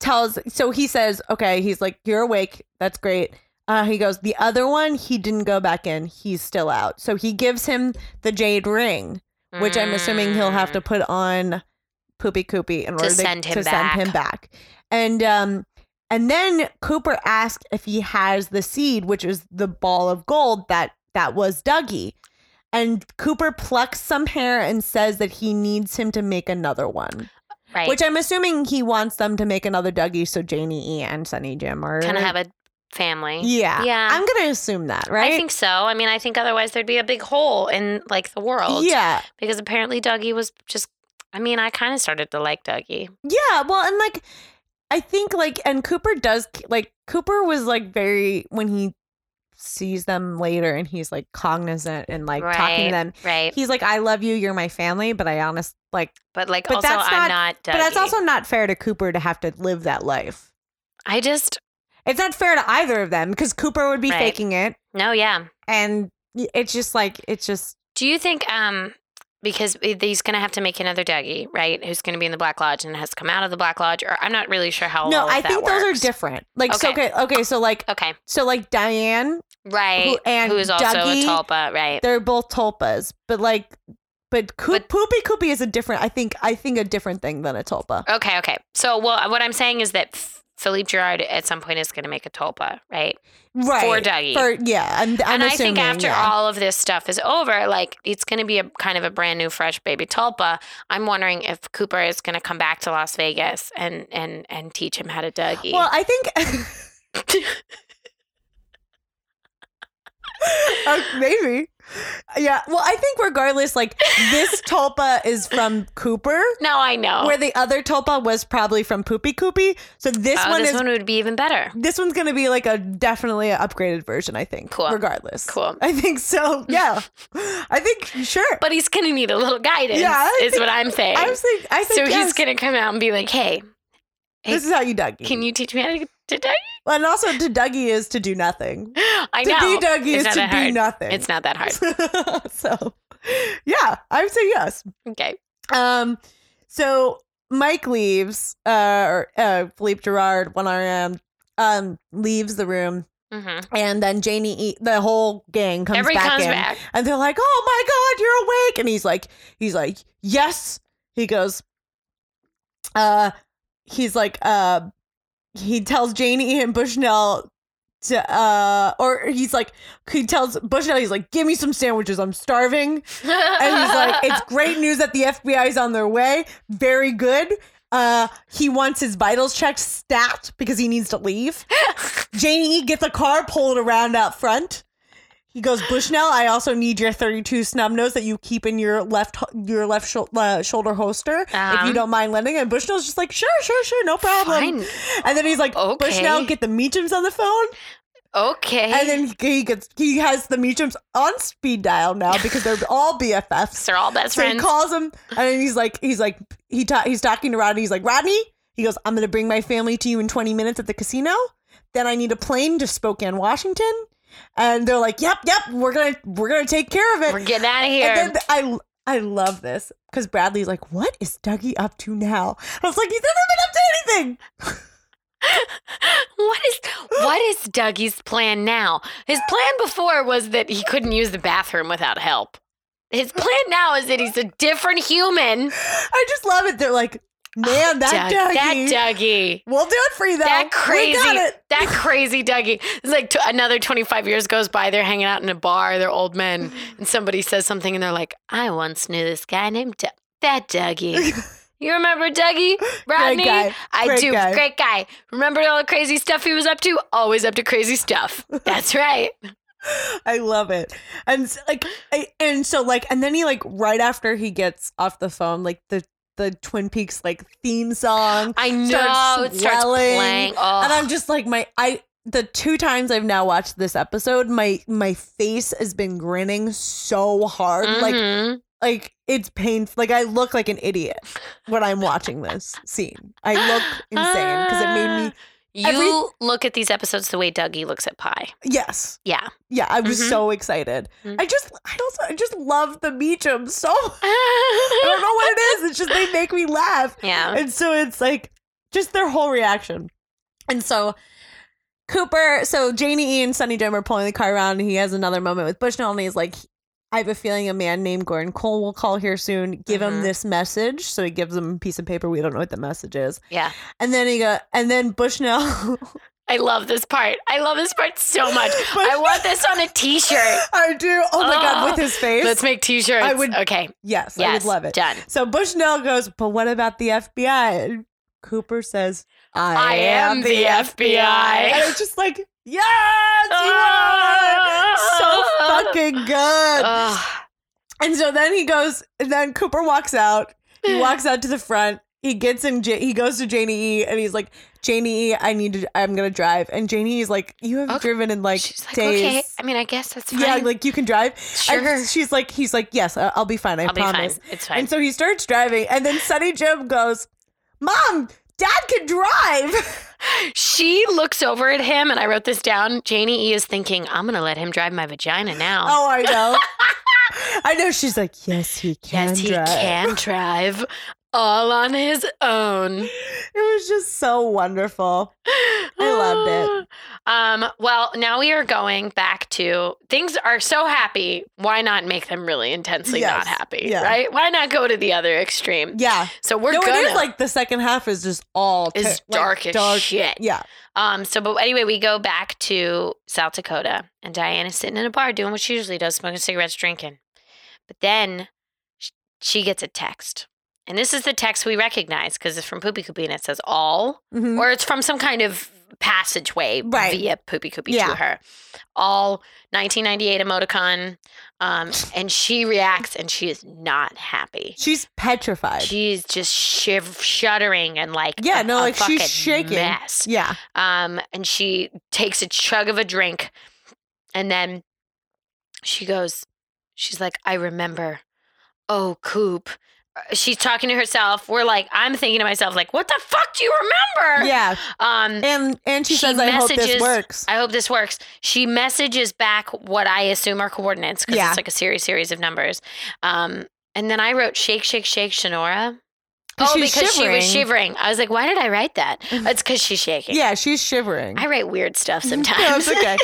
S4: tells. So he says, okay, he's like, you're awake. That's great. Uh, he goes, the other one, he didn't go back in. He's still out. So he gives him the jade ring. which I'm assuming he'll have to put on Poopy Koopy in order to,
S1: Mm. send him
S4: to
S1: back.
S4: send him back. And um and then Cooper asked if he has the seed, which is the ball of gold that that was Dougie. And Cooper plucks some hair and says that he needs him to make another one,
S1: Mm, right.
S4: which I'm assuming he wants them to make another Dougie so Janie E and Sunny Jim are
S1: kind of have a family.
S4: yeah
S1: Yeah.
S4: I'm gonna assume that right
S1: I think so. I mean, I think otherwise there'd be a big hole in like the world.
S4: yeah
S1: Because apparently Dougie was just. I mean, I kind of started to like Dougie.
S4: Yeah, well, and like I think like and Cooper does like Cooper was like very when he sees them later and he's like cognizant and like talking
S1: Right.
S4: to them.
S1: Right.
S4: He's like, I love you, you're my family, but I honest like
S1: But like,
S4: But
S1: also,
S4: that's
S1: I'm not Dougie.
S4: but that's also not fair to Cooper to have to live that life.
S1: I just.
S4: It's not fair to either of them because Cooper would be
S1: Right.
S4: faking it
S1: No, yeah.
S4: and it's just like it's just
S1: Do you think. um because he's going to have to make another Dougie, right? Who's going to be in the Black Lodge and has to come out of the Black Lodge? Or I'm not really sure how.
S4: No,
S1: all of
S4: I
S1: that
S4: think those are
S1: works.
S4: different. Like so okay,
S1: Okay.
S4: okay, so like
S1: Okay,
S4: so like Diane
S1: right.
S4: and
S1: Who is also
S4: Dougie-
S1: a Tulpa, right?
S4: they're both tulpas, but like, but, Coo-
S1: But-
S4: poopy koopy is a different. I think I think a different thing than a tulpa.
S1: Okay, okay. So, well, what I'm saying is that F- Philippe Girard at some point is going to make a Tulpa, right?
S4: Right
S1: For Dougie.
S4: For- yeah, I'm, I'm
S1: and I
S4: assuming,
S1: think after
S4: yeah.
S1: all of this stuff is over, like it's going to be a kind of a brand new, fresh baby Tulpa. I'm wondering if Cooper is going to come back to Las Vegas and and and teach him how to Dougie.
S4: Well, I think Uh, maybe. Yeah. Well, I think regardless, like this tulpa is from Cooper,
S1: no, I know.
S4: where the other tulpa was probably from Poopy Koopy. So this
S1: Oh,
S4: one
S1: this
S4: is.
S1: one would be even better.
S4: this one's gonna be like a definitely an upgraded version, I think.
S1: Cool.
S4: Regardless.
S1: Cool.
S4: I think so. Yeah. I think sure.
S1: But he's going to need a little guidance.
S4: Yeah, I
S1: is
S4: think-
S1: what I'm saying.
S4: I was think I think
S1: so
S4: yes.
S1: he's going to come out and be like, "Hey, hey,
S4: This is how you Dougie.
S1: can you teach me how to, to Dougie?"
S4: and also to Dougie is to do nothing.
S1: I
S4: to
S1: know.
S4: be Dougie
S1: It's
S4: is
S1: not
S4: to
S1: that
S4: be
S1: hard.
S4: nothing.
S1: It's not that hard.
S4: not. so yeah, I would say yes.
S1: Okay.
S4: Um so Mike leaves, uh, or uh, Philippe Gerard, 1RM, um leaves the room
S1: hmm
S4: and then Janie e- the whole gang comes
S1: Everybody
S4: back
S1: comes
S4: in.
S1: back.
S4: and they're like, "Oh my god, you're awake!" And he's like, he's like, "Yes." He goes, uh, he's like, uh, he tells Janie and Bushnell to, uh, or he's like, he tells Bushnell, he's like, "Give me some sandwiches, I'm starving." And he's like, "It's great news that the FBI is on their way. Very good." Uh, he wants his vitals checked stat because he needs to leave. Janie E gets a car pulled around out front. He goes, Bushnell. I also need your thirty-two snub nose that you keep in your left your left shou- uh, shoulder holster, if
S1: Um.
S4: you don't mind lending. And Bushnell's just like, sure, sure, sure, no problem.
S1: Fine.
S4: And then he's like,
S1: Okay.
S4: Bushnell, get the Meachums on the phone.
S1: okay.
S4: And then he- he gets he has the Meachums on speed dial now because they're all BFFs.
S1: they're all best
S4: So he
S1: friends.
S4: calls him, and then he's like, he's like, he ta- he's talking to Rodney. He's like, Rodney, he goes, I'm gonna bring my family to you in 20 minutes at the casino. Then I need a plane to Spokane, Washington. And they're like, Yep, yep, we're gonna we're gonna take care of it.
S1: We're getting out of here.
S4: and then I I love this because Bradley's like, What is Dougie up to now? I was like, He's never been up to anything.
S1: What is what is Dougie's plan now? His plan before was that he couldn't use the bathroom without help. His plan now is that he's a different human.
S4: I just love it. They're like, Man, that
S1: Ah, Doug-
S4: Dougie,
S1: That Dougie.
S4: we'll do it for you though.
S1: That crazy,
S4: We got it.
S1: that crazy Dougie. It's like t- another 25 years goes by. They're hanging out in a bar. They're old men, and somebody says something, and they're like, "I once knew this guy named Doug. that Dougie. You remember Dougie Rodney?
S4: guy.
S1: I
S4: Great
S1: do.
S4: guy.
S1: Great guy. Remember all the crazy stuff he was up to? Always up to crazy stuff. That's right.
S4: I love it. And s- like I, and so like and then he like right after he gets off the phone, like the the Twin Peaks like theme song.
S1: I know.
S4: starts
S1: it starts
S4: swelling,
S1: playing. Oh,
S4: And I'm just like my I the two times I've now watched this episode, my my face has been grinning so hard. Like
S1: mhm.
S4: like it's painful. Like I look like an idiot when I'm watching this scene. I look insane because it made me
S1: You
S4: every-
S1: look at these episodes the way Dougie looks at pie.
S4: yes.
S1: Yeah.
S4: Yeah, I was
S1: Mhm.
S4: so excited.
S1: Mhm.
S4: I just I also I just love the Meacham so I don't know what it is. It's just they make me laugh.
S1: yeah.
S4: And so it's like just their whole reaction. And so Cooper, so Janie E and Sunny Jim are pulling the car around and he has another moment with Bushnell and he's like, I have a feeling a man named Gordon Cole will call here soon. Give him
S1: Mhm.
S4: this message. So he gives him a piece of paper. We don't know what the message is.
S1: Yeah.
S4: And then he go and then Bushnell
S1: I love this part. I love this part so much. I want this on a t-shirt.
S4: I do. Oh my god,
S1: Oh,
S4: with his face.
S1: Let's make t-shirts.
S4: I would-
S1: okay.
S4: yes, I
S1: Yes.
S4: would love it.
S1: Done.
S4: So Bushnell goes, but what about the FBI? And Cooper says, I,
S1: I am the FBI.
S4: And it's just like, yes, you are. So fucking
S1: Uh.
S4: good.
S1: Ugh.
S4: And so then he goes, and then Cooper walks out. He walks out to the front. He gets in, J- he goes to Janie E and he's like, Janie E, I need to, I'm going to drive. And Janie E's like, you haven't
S1: Okay.
S4: driven in like
S1: She's like,
S4: days.
S1: okay. I mean, I guess that's fine.
S4: Yeah, like you can drive. And
S1: sure.
S4: she's like, he's like, yes, I- I'll be fine. I
S1: I'll be
S4: promise.
S1: fine. It's fine.
S4: And so he starts driving, and then Sunny Jim goes, "Mom, Dad can drive."
S1: she looks over at him, and I wrote this down. Janie E is thinking, I'm gonna let him drive my vagina now.
S4: Oh, I know. I know. She's like, "Yes, he can
S1: yes, he
S4: drive."
S1: can drive all on his own.
S4: It was just so wonderful. I loved it.
S1: Um, well, now we are going back to things are so happy. Why not make them really intensely
S4: Yes,
S1: not happy?
S4: yeah.
S1: Right? Why not go to the other extreme?
S4: Yeah.
S1: So we're
S4: no,
S1: gonna
S4: it is like the second half is just all
S1: Is
S4: ter- like,
S1: dark as shit.
S4: Yeah.
S1: Um, so, but anyway, we go back to South Dakota, and Diane is sitting in a bar doing what she usually does, smoking cigarettes, drinking. But then sh- she gets a text, and this is the text we recognize because it's from Poopy Coopy, and it says all,
S4: Mhm.
S1: or it's from some kind of passageway
S4: Right.
S1: via Poopy Coopy
S4: Yeah.
S1: to her. All 1998 emoticon, um, and she reacts, and she is not happy.
S4: She's petrified.
S1: She's just shiv- shuddering and like
S4: yeah.
S1: a-
S4: No,
S1: a
S4: like she's
S1: fucking
S4: shaking.
S1: mess
S4: Yeah.
S1: um, and she takes a chug of a drink, and then she goes, she's like, "I remember, oh Coop." Uh, She's talking to herself. We're like, I'm thinking to myself, like, what the fuck do you remember?
S4: Yeah.
S1: Um,
S4: And and she,
S1: She
S4: says, "I hope this
S1: messages-
S4: works."
S1: I hope this works. She messages back what I assume are coordinates because
S4: Yeah.
S1: it's like a series series of numbers. Um, and then I wrote shake, shake, shake, Sonora. Oh,
S4: she's
S1: because she was
S4: shivering.
S1: shivering. I was like, why did I write that? It's because she's shaking.
S4: Yeah, she's shivering.
S1: I write weird stuff
S4: No,
S1: sometimes.
S4: it's okay.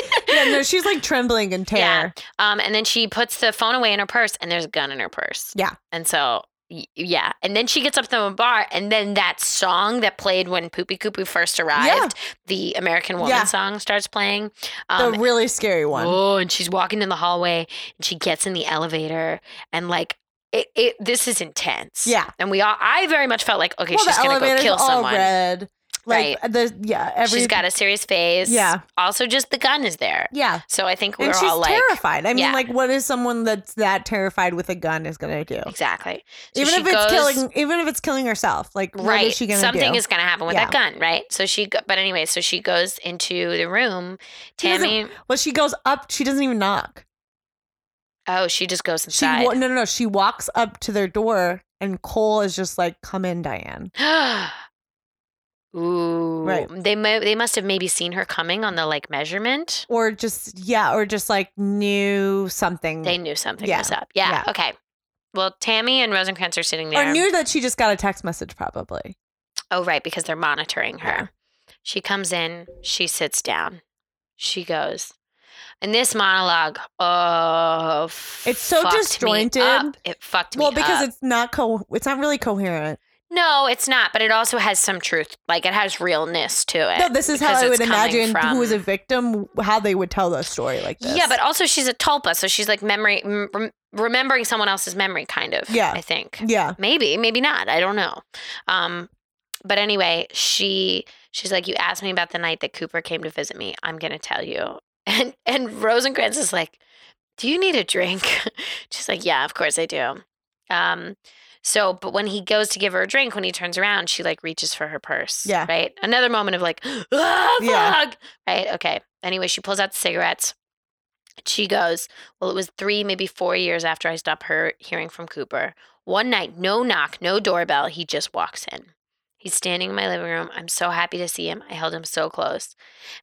S4: yeah, no, she's like trembling in
S1: Yeah.
S4: terror.
S1: Um, and then she puts the phone away in her purse, and there's a gun in her purse.
S4: Yeah.
S1: And so, y- yeah. And then she gets up to the bar, and then that song that played when Poopy Koopy first arrived,
S4: Yeah.
S1: the American Woman
S4: Yeah.
S1: song, starts playing.
S4: the
S1: um,
S4: really scary one.
S1: Oh, and she's walking in the hallway, and she gets in the elevator, and like. It, it this is intense.
S4: Yeah.
S1: And we all I very much felt like, okay,
S4: well,
S1: she's
S4: the
S1: gonna go
S4: elevator's
S1: kill
S4: all
S1: someone.
S4: red. Like the yeah, every
S1: she's got a serious face.
S4: Yeah.
S1: Also just the gun is there.
S4: yeah,
S1: So I think we're
S4: and she's
S1: all like
S4: terrified. I mean,
S1: yeah.
S4: like, what is someone that's that terrified with a gun is gonna do?
S1: Exactly. So
S4: Even
S1: she
S4: if it's
S1: goes-
S4: killing, even if it's killing herself, like,
S1: right?
S4: what is she gonna
S1: Something
S4: do?
S1: is gonna happen with
S4: Yeah.
S1: that gun, right? So she, go- but anyway, so she goes into the room.
S4: She doesn't-
S1: Tammy,
S4: well, she goes up. She doesn't even knock.
S1: oh, she just goes
S4: She
S1: inside.
S4: wa- no, no, no. She walks up to their door, and Cole is just like, "Come in, Diane."
S1: Ooh,
S4: Right.
S1: They may, they must have maybe seen her coming on the like measurement.
S4: or just yeah, or just like knew something
S1: They knew something
S4: Mm. Yeah.
S1: was up. Yeah.
S4: Yeah.
S1: Okay. Well, Tammy and Rosencrantz are sitting there.
S4: or knew that she just got a text message probably.
S1: Oh, right, because they're monitoring her. She comes in, she sits down, she goes, and this monologue, oh,
S4: It's so
S1: fucked me
S4: disjointed.
S1: up. It fucked me. uh,
S4: Well, because
S1: up.
S4: it's not co, it's not really coherent.
S1: no, it's not, but it also has some truth. Like it has realness to it.
S4: No, this is how
S1: eh, because
S4: I would
S1: it's coming
S4: imagine who was a
S1: from-
S4: victim, how they would tell the story like this.
S1: Yeah, but also she's a tulpa, so she's like memory, m- rem- remembering someone else's memory, kind of.
S4: Yeah.
S1: I think.
S4: yeah,
S1: maybe maybe not i don't know um but anyway she she's like you asked me about the night that cooper came to visit me i'm gonna tell you and and rosencrantz is like do you need a drink she's like yeah of course i do um so but when he goes to give her a drink when he turns around she like reaches for her purse
S4: Yeah.
S1: right another moment of like ah, fuck.
S4: Yeah.
S1: right okay anyway she pulls out the cigarettes she goes well it was three maybe four years after i stopped her hearing from cooper one night, no knock, no doorbell, he just walks in. He's standing in my living room. I'm so happy to see him. I held him so close.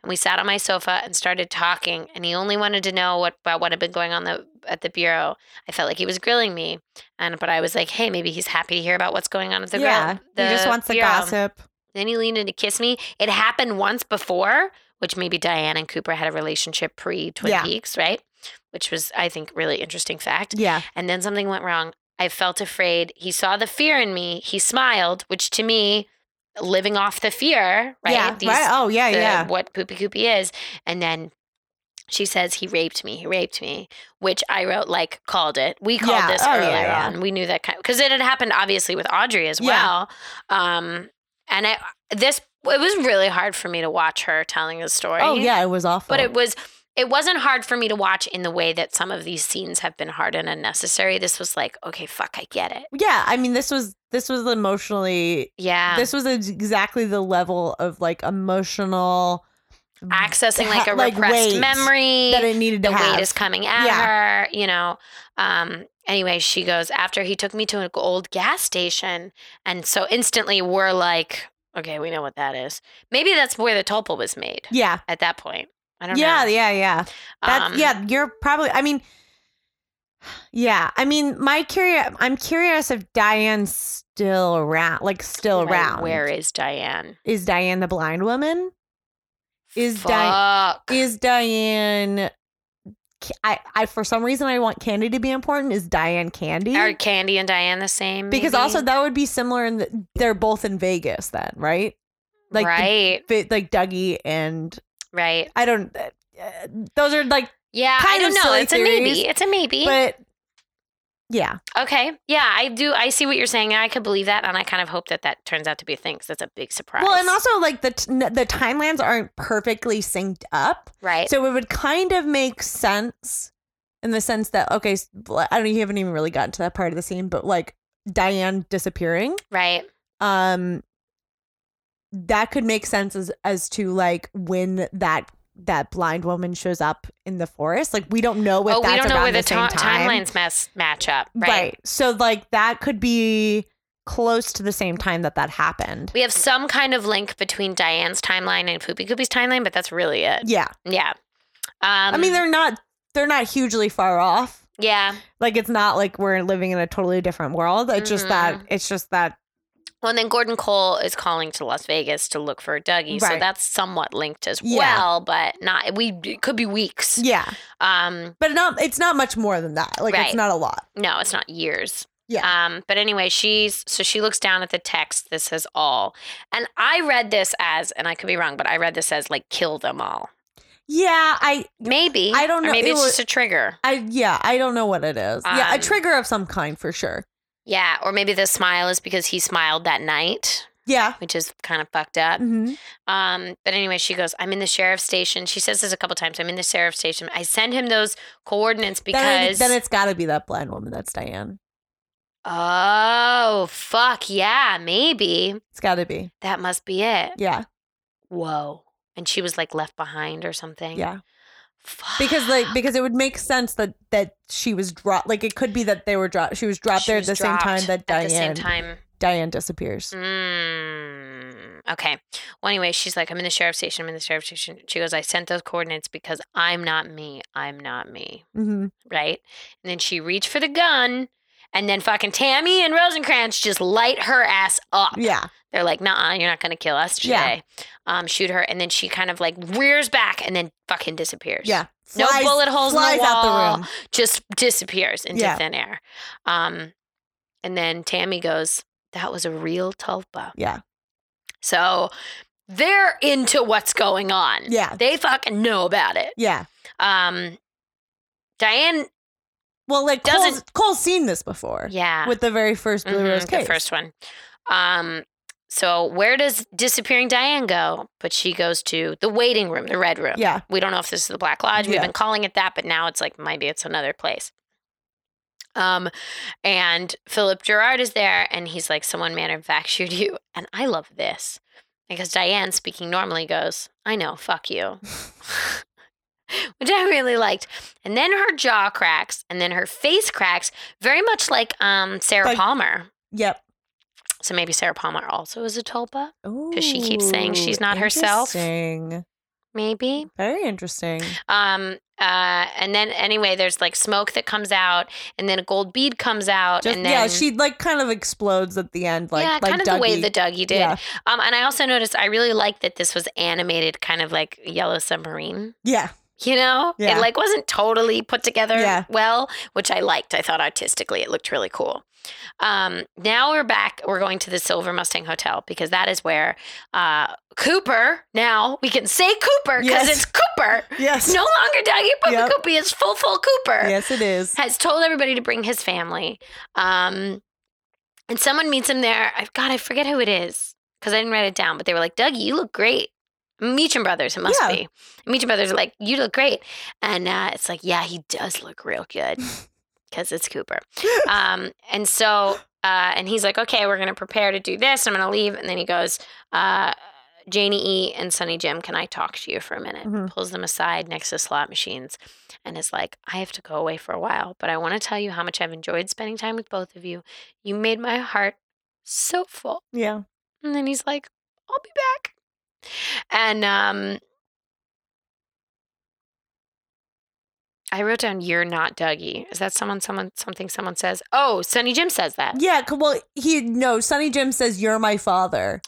S1: And we sat on my sofa and started talking, and he only wanted to know what about what had been going on the, at the bureau. I felt like he was grilling me, and but I was like, "Hey, maybe he's happy to hear about what's going on at the
S4: yeah.
S1: grill." The
S4: he just wants the
S1: bureau.
S4: gossip.
S1: Then he leaned in to kiss me. It happened once before, which maybe Diane and Cooper had a relationship pre Twin
S4: Yeah.
S1: Peaks, right? Which was, I think, really interesting fact.
S4: Yeah,
S1: And then something went wrong. I felt afraid. He saw the fear in me. He smiled, which to me, living off the fear, right?
S4: yeah,
S1: These-
S4: right. Oh yeah,
S1: the-
S4: yeah.
S1: What Poopy Koopy is. And then she says, he raped me. He raped me, which I wrote, like, called it. We called
S4: Yeah.
S1: this
S4: Oh, yeah,
S1: earlier
S4: yeah.
S1: on. We knew that kind because it had happened, obviously, with Audrey as
S4: Yeah.
S1: well. Um, and I, this, it was really hard for me to watch her telling the story.
S4: Oh yeah, it was awful.
S1: But it was it wasn't hard for me to watch in the way that some of these scenes have been hard and unnecessary. This was like, okay, fuck, I get it.
S4: yeah, I mean, this was this was emotionally.
S1: Yeah.
S4: This was ex- exactly the level of emotional
S1: Accessing like a
S4: ha- like
S1: repressed
S4: weight
S1: memory.
S4: that it needed
S1: the
S4: to have.
S1: weight is coming at her, you know. Um anyway, she goes, after he took me to an old gas station and so instantly we're like, okay, we know what that is. Maybe that's where the tulpa was made
S4: yeah,
S1: at that point. I don't
S4: yeah,
S1: know.
S4: yeah, yeah. That's
S1: Um,
S4: yeah, you're probably I mean yeah, I mean my curious I'm curious if Diane's still around like still
S1: right,
S4: around.
S1: Where is Diane?
S4: is Diane the blind woman? Is Diane
S1: Fuck.
S4: is Diane I, I for some reason I want Candy to be important. Is Diane Candy?
S1: Are Candy and Diane the same?
S4: because
S1: maybe?
S4: also that would be similar in the, they're both in Vegas then, right? Like the-
S1: right,
S4: fi- like Dougie and
S1: right,
S4: I don't uh, those are like
S1: yeah. I
S4: kind
S1: don't
S4: of
S1: know.
S4: silly
S1: It's a
S4: theories,
S1: maybe. It's a maybe.
S4: but yeah.
S1: okay, yeah, I do. I see what you're saying. I could believe that, and I kind of hope that that turns out to be a thing. 'cause that's a big surprise.
S4: Well, and also like the t- n- the timelines aren't perfectly synced up,
S1: right.
S4: so it would kind of make sense in the sense that okay, s- I don't you haven't even really gotten to that part of the scene, but like Diane disappearing,
S1: right.
S4: um, that could make sense as as to like when that that blind woman shows up in the forest. Like we don't know if
S1: Oh,
S4: that's
S1: we don't know
S4: around
S1: where the,
S4: the same
S1: ti-
S4: time.
S1: timelines mess match up. Right.
S4: So like that could be close to the same time that that happened.
S1: We have some kind of link between Diane's timeline and Poopy Goopy's timeline, but that's really it.
S4: Yeah.
S1: Yeah. Um,
S4: I mean, they're not they're not hugely far off.
S1: yeah. Mm-hmm.
S4: Like it's not like we're living in a totally different world. It's just that it's just that
S1: Well, and then Gordon Cole is calling to Las Vegas to look for Dougie, so
S4: Right.
S1: that's somewhat linked as
S4: Yeah.
S1: well, but not. We it could be weeks.
S4: Yeah.
S1: Um,
S4: But not it's not much more than that. Like
S1: Right.
S4: it's not a lot.
S1: no, it's not years.
S4: Yeah.
S1: Um, but anyway, she's so she looks down at the text that says all, and I read this as, and I could be wrong, but I read this as like kill them all.
S4: Yeah, I
S1: Maybe
S4: I don't
S1: or
S4: know.
S1: maybe
S4: It
S1: it's
S4: wa-
S1: just a trigger.
S4: I yeah, I don't know what it is. yeah, a
S1: Um,
S4: trigger of some kind for sure.
S1: Yeah, or maybe the smile is because he smiled that night,
S4: Yeah.
S1: which is kind of fucked up.
S4: hmm
S1: Um, but anyway, she goes, I'm in the sheriff's station. She says this a couple times. I'm in the sheriff's station. I send him those coordinates
S4: Then, it,
S1: because
S4: then it's got to be that blind woman. That's Diane.
S1: Oh fuck yeah, maybe.
S4: It's got to be.
S1: That must be it.
S4: Yeah.
S1: Whoa. And she was like left behind or something.
S4: Yeah.
S1: Fuck.
S4: Because like because it would make sense that that she was dropped. Like it could be that they were dropped. She was dropped
S1: She
S4: there
S1: was
S4: at the
S1: dropped
S4: same time that Diane
S1: At the same time.
S4: Diane disappears.
S1: Mm, okay. Well, anyway, she's like, I'm in the sheriff's station. I'm in the sheriff's station. She goes, I sent those coordinates because I'm not me. I'm not me.
S4: hmm
S1: Right. And then she reached for the gun. And then fucking Tammy and Rosencrantz just light her ass up.
S4: Mm-hmm. Yeah.
S1: They're like, nah, you're not going to kill us
S4: Yeah.
S1: today. Um, shoot her. And then she kind of like rears back and then fucking disappears.
S4: Yeah.
S1: No bullet holes in the
S4: flies out
S1: wall.
S4: the room.
S1: Just disappears into
S4: Yeah.
S1: thin air. Um, and then Tammy goes, that was a real tulpa.
S4: Yeah.
S1: So they're into what's going on.
S4: Yeah.
S1: They fucking know about it.
S4: Yeah.
S1: Um, Diane,
S4: Well, like Cole's,
S1: Doesn't-
S4: Cole's seen this before.
S1: yeah.
S4: With the very first Blue
S1: Mhm,
S4: Rose
S1: the
S4: case.
S1: first one. Um, so where does disappearing Diane go? But she goes to the waiting room, the red room.
S4: Yeah.
S1: We don't know if this is the Black Lodge. We've
S4: Yeah.
S1: been calling it that, but now it's like maybe it's another place. Um, and Philip Gerard is there, and he's like, "Someone man in fact shoot you." And I love this because Diane, speaking normally, goes, "I know, fuck you," which I really liked. And then her jaw cracks, and then her face cracks, very much like um Sarah
S4: Like-
S1: Palmer.
S4: Yep.
S1: So maybe Sarah Palmer also is a tulpa.
S4: Because
S1: she keeps saying she's not herself.
S4: Interesting.
S1: Maybe.
S4: Very interesting.
S1: Um. Uh. And then anyway, there's like smoke that comes out, and then a gold bead comes out,
S4: Just,
S1: and then
S4: yeah, she like kind of explodes at the end, like
S1: yeah,
S4: like
S1: kind of
S4: Dougie.
S1: the way that Dougie did.
S4: Yeah,
S1: Um. And I also noticed I really liked that this was animated, kind of like Yellow Submarine.
S4: yeah,
S1: You know,
S4: Yeah.
S1: it like wasn't totally put together
S4: Yeah.
S1: well, which I liked. I thought artistically it looked really cool. Um, now we're back. We're going to the Silver Mustang Hotel because that is where uh, Cooper. Now we can say Cooper because
S4: Yes.
S1: it's Cooper.
S4: yes,
S1: It's no longer Dougie Puppy
S4: Yep.
S1: Coopy. It's full full Cooper.
S4: yes, it is.
S1: Has told everybody to bring his family. Um, and someone meets him there. I've God, I forget who it is because I didn't write it down. But they were like, Dougie, you look great. Meacham Brothers, it must
S4: Yeah.
S1: be. Meacham Brothers are like, you look great. And uh, it's like, yeah, he does look real good because it's Cooper. Um, and so, uh, and he's like, okay, we're going to prepare to do this. I'm going to leave. And then he goes, uh, Janie E and Sonny Jim, can I talk to you for a minute?
S4: Mhm.
S1: Pulls them aside next to slot machines and is like, I have to go away for a while, but I want to tell you how much I've enjoyed spending time with both of you. You made my heart so full.
S4: Yeah,
S1: And then he's like, I'll be back. And um I wrote down you're not Dougie. Is that someone someone something someone says? Oh, Sonny Jim says that.
S4: yeah. c- Well, he no. Sonny Jim says you're my father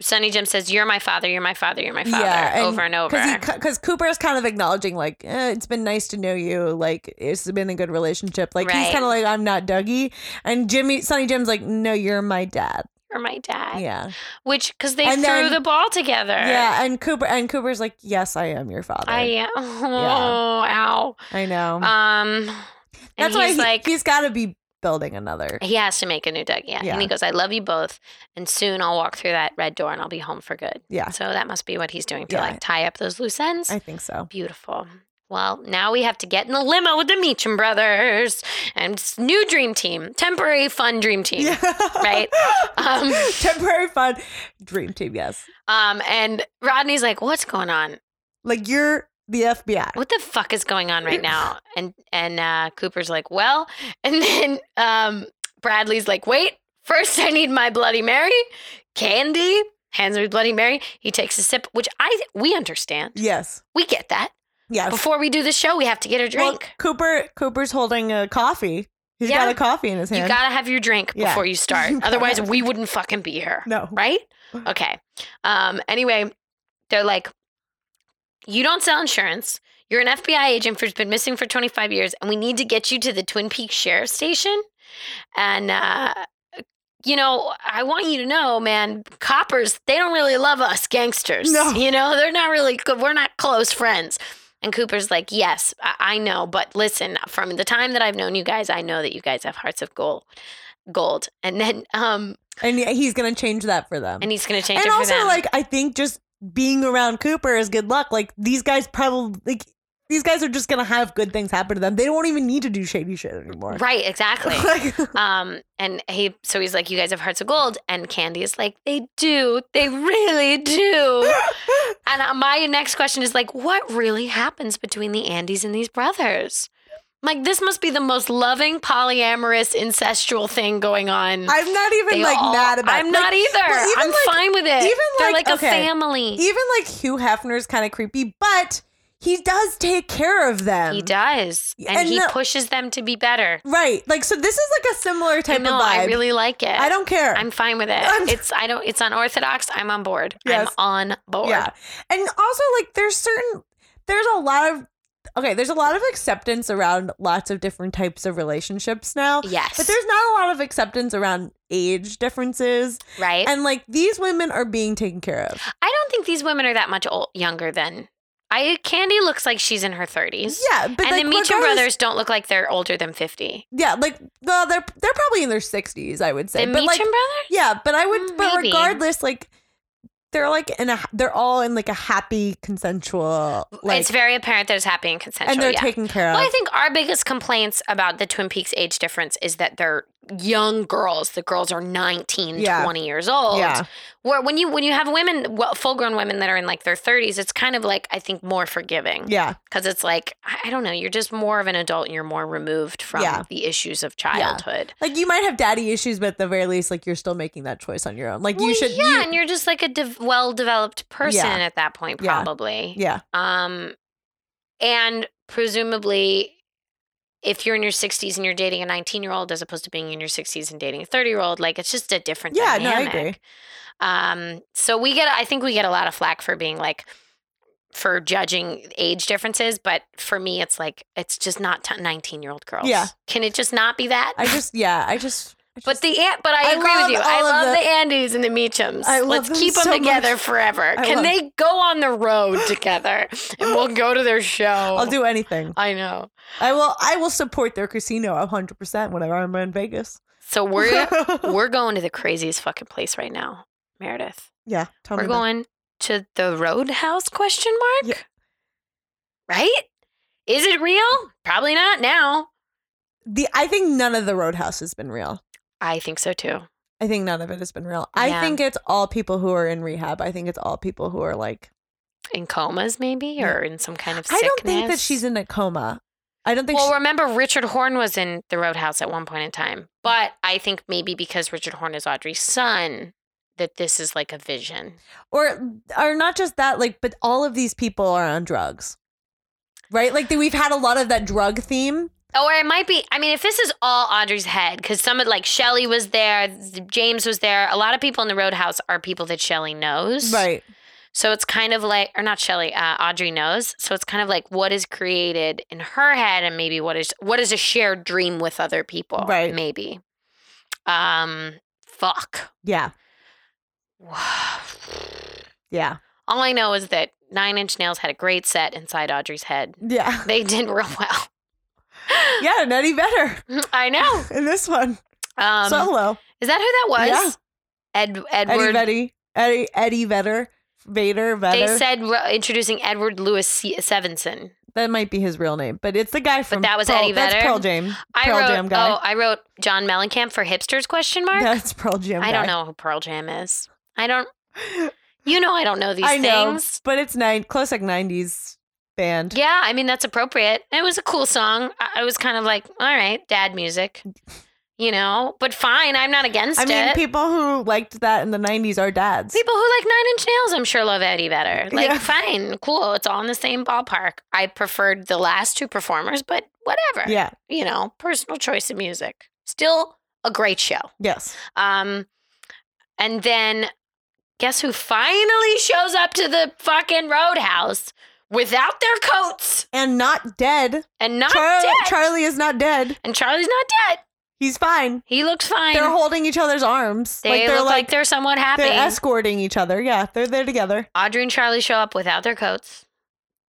S1: Sonny Jim says, You're my father, you're my father, you're my father
S4: Yeah, and-
S1: over and over.
S4: because because Cooper is kind of acknowledging like eh, it's been nice to know you. Like it's been a good relationship. Like he's
S1: Right.
S4: kind of like I'm not Dougie, and Jimmy Sonny Jim's like no, you're my dad.
S1: you're my dad.
S4: Yeah,
S1: Which because they
S4: And
S1: threw
S4: then-
S1: the ball together.
S4: yeah. And Cooper and Cooper's like yes, I am your father.
S1: I am. Oh,
S4: I know.
S1: ow. Um and
S4: That's why
S1: he's
S4: he,
S1: like
S4: he's got to be building another.
S1: he has to make a new Dougie. Yeah.
S4: Yeah.
S1: And he goes, I love you both. And soon I'll walk through that red door and I'll be home for good.
S4: Yeah,
S1: So that must be what he's doing to
S4: Yeah.
S1: like tie up those loose ends.
S4: I think so.
S1: Beautiful. Well, now we have to get in the limo with the Meacham brothers and s- new dream team, temporary fun dream team. Right? Um,
S4: Temporary fun dream team. Yes,
S1: Um, and Rodney's like, "What's going on?
S4: like you're the FBI.
S1: What the fuck is going on right now?" And and uh, Cooper's like, "Well," and then um, Bradley's like, "Wait, first I need my Bloody Mary, candy." Hands him his Bloody Mary. He takes a sip, which I we understand.
S4: Yes,
S1: We get that.
S4: yes.
S1: Before we do the show, we have to get a
S4: Well,
S1: drink.
S4: Cooper Cooper's holding a coffee He's
S1: Yeah.
S4: got a coffee in his hand.
S1: You gotta have your drink
S4: Yeah.
S1: before you start.
S4: You gotta
S1: Otherwise,
S4: have-
S1: we wouldn't fucking be here.
S4: no.
S1: Right? Okay. Um, anyway, they're like, you don't sell insurance. You're an FBI agent who's been missing for 25 years, and we need to get you to the Twin Peaks Sheriff Station. And, uh, you know, I want you to know, man, coppers, they don't really love us gangsters.
S4: No.
S1: You know, they're not really good. We're not close friends. And Cooper's like, yes, I, I know, but listen, from the time that I've known you guys, I know that you guys have hearts of gold. Gold. And then, um,
S4: And yeah, he's gonna change that for them.
S1: and he's going to change
S4: And
S1: it for
S4: also,
S1: them.
S4: like, I think just being around Cooper is good luck. Like these guys probably like these guys are just gonna have good things happen to them. They don't even need to do shady shit anymore.
S1: Right, exactly.
S4: Like,
S1: um, and he so he's like, You guys have hearts of gold, and Candy is like, They do, they really do. and uh, my next question is like, what really happens between the Andes and these brothers? Like this must be the most loving, polyamorous, incestual thing going on.
S4: I'm not even
S1: They
S4: like
S1: all-
S4: mad about.
S1: I'm
S4: like,
S1: not either.
S4: well, even,
S1: I'm
S4: like-
S1: fine with it.
S4: even,
S1: They're
S4: like,
S1: like a
S4: okay.
S1: family.
S4: Even like Hugh Hefner is kind of creepy, but he does take care of them.
S1: he does, and,
S4: and
S1: he
S4: the-
S1: pushes them to be better.
S4: Right. Like so, this is like a similar type
S1: no,
S4: of vibe.
S1: I really like it.
S4: I don't care.
S1: I'm fine with it.
S4: I'm-
S1: it's I don't. It's unorthodox. I'm on board.
S4: Yes.
S1: I'm on board.
S4: Yeah. And also like there's certain there's a lot of okay, there's a lot of acceptance around lots of different types of relationships now.
S1: Yes.
S4: But there's not a lot of acceptance around age differences.
S1: right.
S4: And like these women are being taken care of.
S1: I don't think these women are that much old, younger than I. Candy looks like she's in her 30s.
S4: Yeah, but
S1: and
S4: like,
S1: the Mitchell
S4: regardless-
S1: brothers don't look like they're older than 50.
S4: Yeah, like no, they're they're probably in their 60s, I would
S1: The
S4: say.
S1: Meacham
S4: but like
S1: brothers?
S4: yeah, but I
S1: Mm,
S4: would but
S1: maybe.
S4: regardless like they're like in a they're all in like a happy consensual like
S1: it's very apparent that it's happy and consensual.
S4: and they're
S1: yeah.
S4: taken care of.
S1: well, I think our biggest complaints about the Twin Peaks age difference is that they're young girls. The girls are 19,
S4: Yeah.
S1: 20 years old.
S4: yeah.
S1: Where when you when you have women, well, full grown women that are in like their 30s, it's kind of like I think more forgiving.
S4: Yeah.
S1: because it's like I I don't know, you're just more of an adult and you're more removed from
S4: Yeah.
S1: the issues of childhood.
S4: Like you might have daddy issues, but at the very least, like you're still making that choice on your own. Like you
S1: Well,
S4: should.
S1: yeah,
S4: you-
S1: and you're just like a dev- well-developed person
S4: Yeah.
S1: at that point,
S4: Yeah.
S1: probably.
S4: yeah.
S1: Um, and presumably, if you're in your 60s and you're dating a 19-year-old as opposed to being in your 60s and dating a 30-year-old, like it's just a different.
S4: Yeah, no, I
S1: dynamic.
S4: agree.
S1: Um, so we get, I think we get a lot of flack for being like, for judging age differences, but for me, it's like it's just not nineteen-year-old girls.
S4: Yeah.
S1: can it just not be that?
S4: I just. Yeah. I just. I
S1: but
S4: just-
S1: the An- but I,
S4: I
S1: agree with
S4: love
S1: you. I
S4: all of
S1: love
S4: the-
S1: the, Andes and the Meachams.
S4: I love
S1: Let's
S4: them
S1: keep them
S4: so
S1: together
S4: much.
S1: forever.
S4: I
S1: Can
S4: love-
S1: they go on the road together and we'll go to their show?
S4: I'll do anything.
S1: I know.
S4: I will. I will support their casino hundred percent whenever I'm in Vegas.
S1: So we're we're going to the craziest fucking place right now, Meredith.
S4: yeah. Tell
S1: We're
S4: me about-
S1: going to the Roadhouse question mark?
S4: Yeah.
S1: Right? Is it real? Probably not now.
S4: The I think none of the Roadhouse has been real.
S1: I think so too.
S4: I think none of it has been real. I
S1: Yeah.
S4: think it's all people who are in rehab. I think it's all people who are like.
S1: In comas maybe or in some kind of
S4: I
S1: sickness.
S4: don't think that she's in a coma. I don't think.
S1: Well,
S4: she-
S1: remember Richard Horn was in the Roadhouse at one point in time. But I think maybe because Richard Horn is Audrey's son that this is like a vision.
S4: or or not just that like but all of these people are on drugs right like that we've had a lot of that drug theme
S1: Or it might be. I mean, if this is all Audrey's head, because some of like Shelly was there, James was there. A lot of people in the Roadhouse are people that Shelly knows. So it's kind of like, or not Shelly, uh, Audrey knows. So it's kind of like what is created in her head, and maybe what is what is a shared dream with other people,
S4: Right.
S1: Maybe. Um. Fuck.
S4: yeah yeah
S1: All I know is that Nine Inch Nails had a great set inside Audrey's head.
S4: yeah
S1: They did real well.
S4: yeah not any better
S1: I know.
S4: in this one
S1: Um,
S4: solo
S1: is that who that was? Ed
S4: eddie
S1: Edward.
S4: vedder eddie eddie vedder vader
S1: They
S4: vedder
S1: said ro- introducing Edward Lewis Se- Sevenson.
S4: that might be his real name but it's the guy from
S1: that was
S4: pearl,
S1: Eddie
S4: that's
S1: Vedder?
S4: pearl jam
S1: I
S4: pearl
S1: wrote.
S4: jam guy
S1: Oh, I wrote John Mellencamp for hipsters? Question mark.
S4: that's pearl jam
S1: I don't
S4: guy.
S1: know who Pearl Jam is. I don't. You know, I don't know these
S4: i know
S1: things.
S4: but it's nine close like 90s band
S1: Yeah, I mean that's appropriate. It was a cool song. I I was kind of like, all right, dad music. you know, but fine. I'm not against
S4: I mean,
S1: it.
S4: people who liked that in the 90s are dads.
S1: People who like Nine Inch Nails, I'm sure, love Eddie better. Like,
S4: Yeah.
S1: fine, cool. It's all in the same ballpark. I preferred the last two performers, but whatever.
S4: Yeah.
S1: You know, personal choice in music. Still a great show.
S4: Yes.
S1: Um, and then guess who finally shows up to the fucking roadhouse without their coats
S4: And not dead.
S1: and not
S4: Char-
S1: dead?
S4: Charlie is not dead.
S1: and Charlie's not dead.
S4: He's fine.
S1: He looks fine.
S4: They're holding each other's arms.
S1: they
S4: like they're
S1: look like,
S4: like,
S1: they're somewhat happy.
S4: they're escorting each other. Yeah, they're there together.
S1: Audrey and Charlie show up without their coats.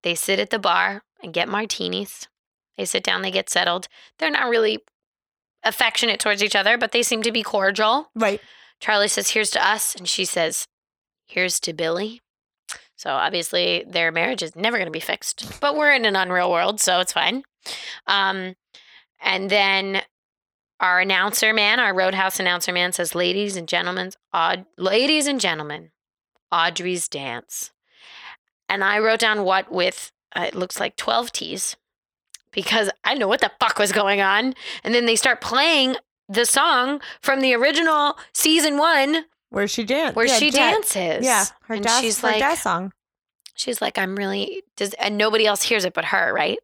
S1: They sit at the bar and get martinis. They sit down, they get settled. They're not really affectionate towards each other, but they seem to be cordial.
S4: Right.
S1: Charlie says, Here's to us. And she says, Here's to Billy. So obviously, their marriage is never going to be fixed, but we're in an unreal world, so it's fine. Um, and then our announcer man, our Roadhouse announcer man says, Ladies and gentlemen, Aud- ladies and gentlemen, Audrey's dance. And I wrote down what with, uh, it looks like 12 T's because I know what the fuck was going on. And then they start playing the song from the original season one
S4: Where she danced.
S1: where
S4: yeah,
S1: she
S4: Jack-
S1: dances.
S4: Yeah, her
S1: and
S4: jazz,
S1: she's
S4: her
S1: like,
S4: jazz song.
S1: she's like, I'm really, does, and nobody else hears it but her, right?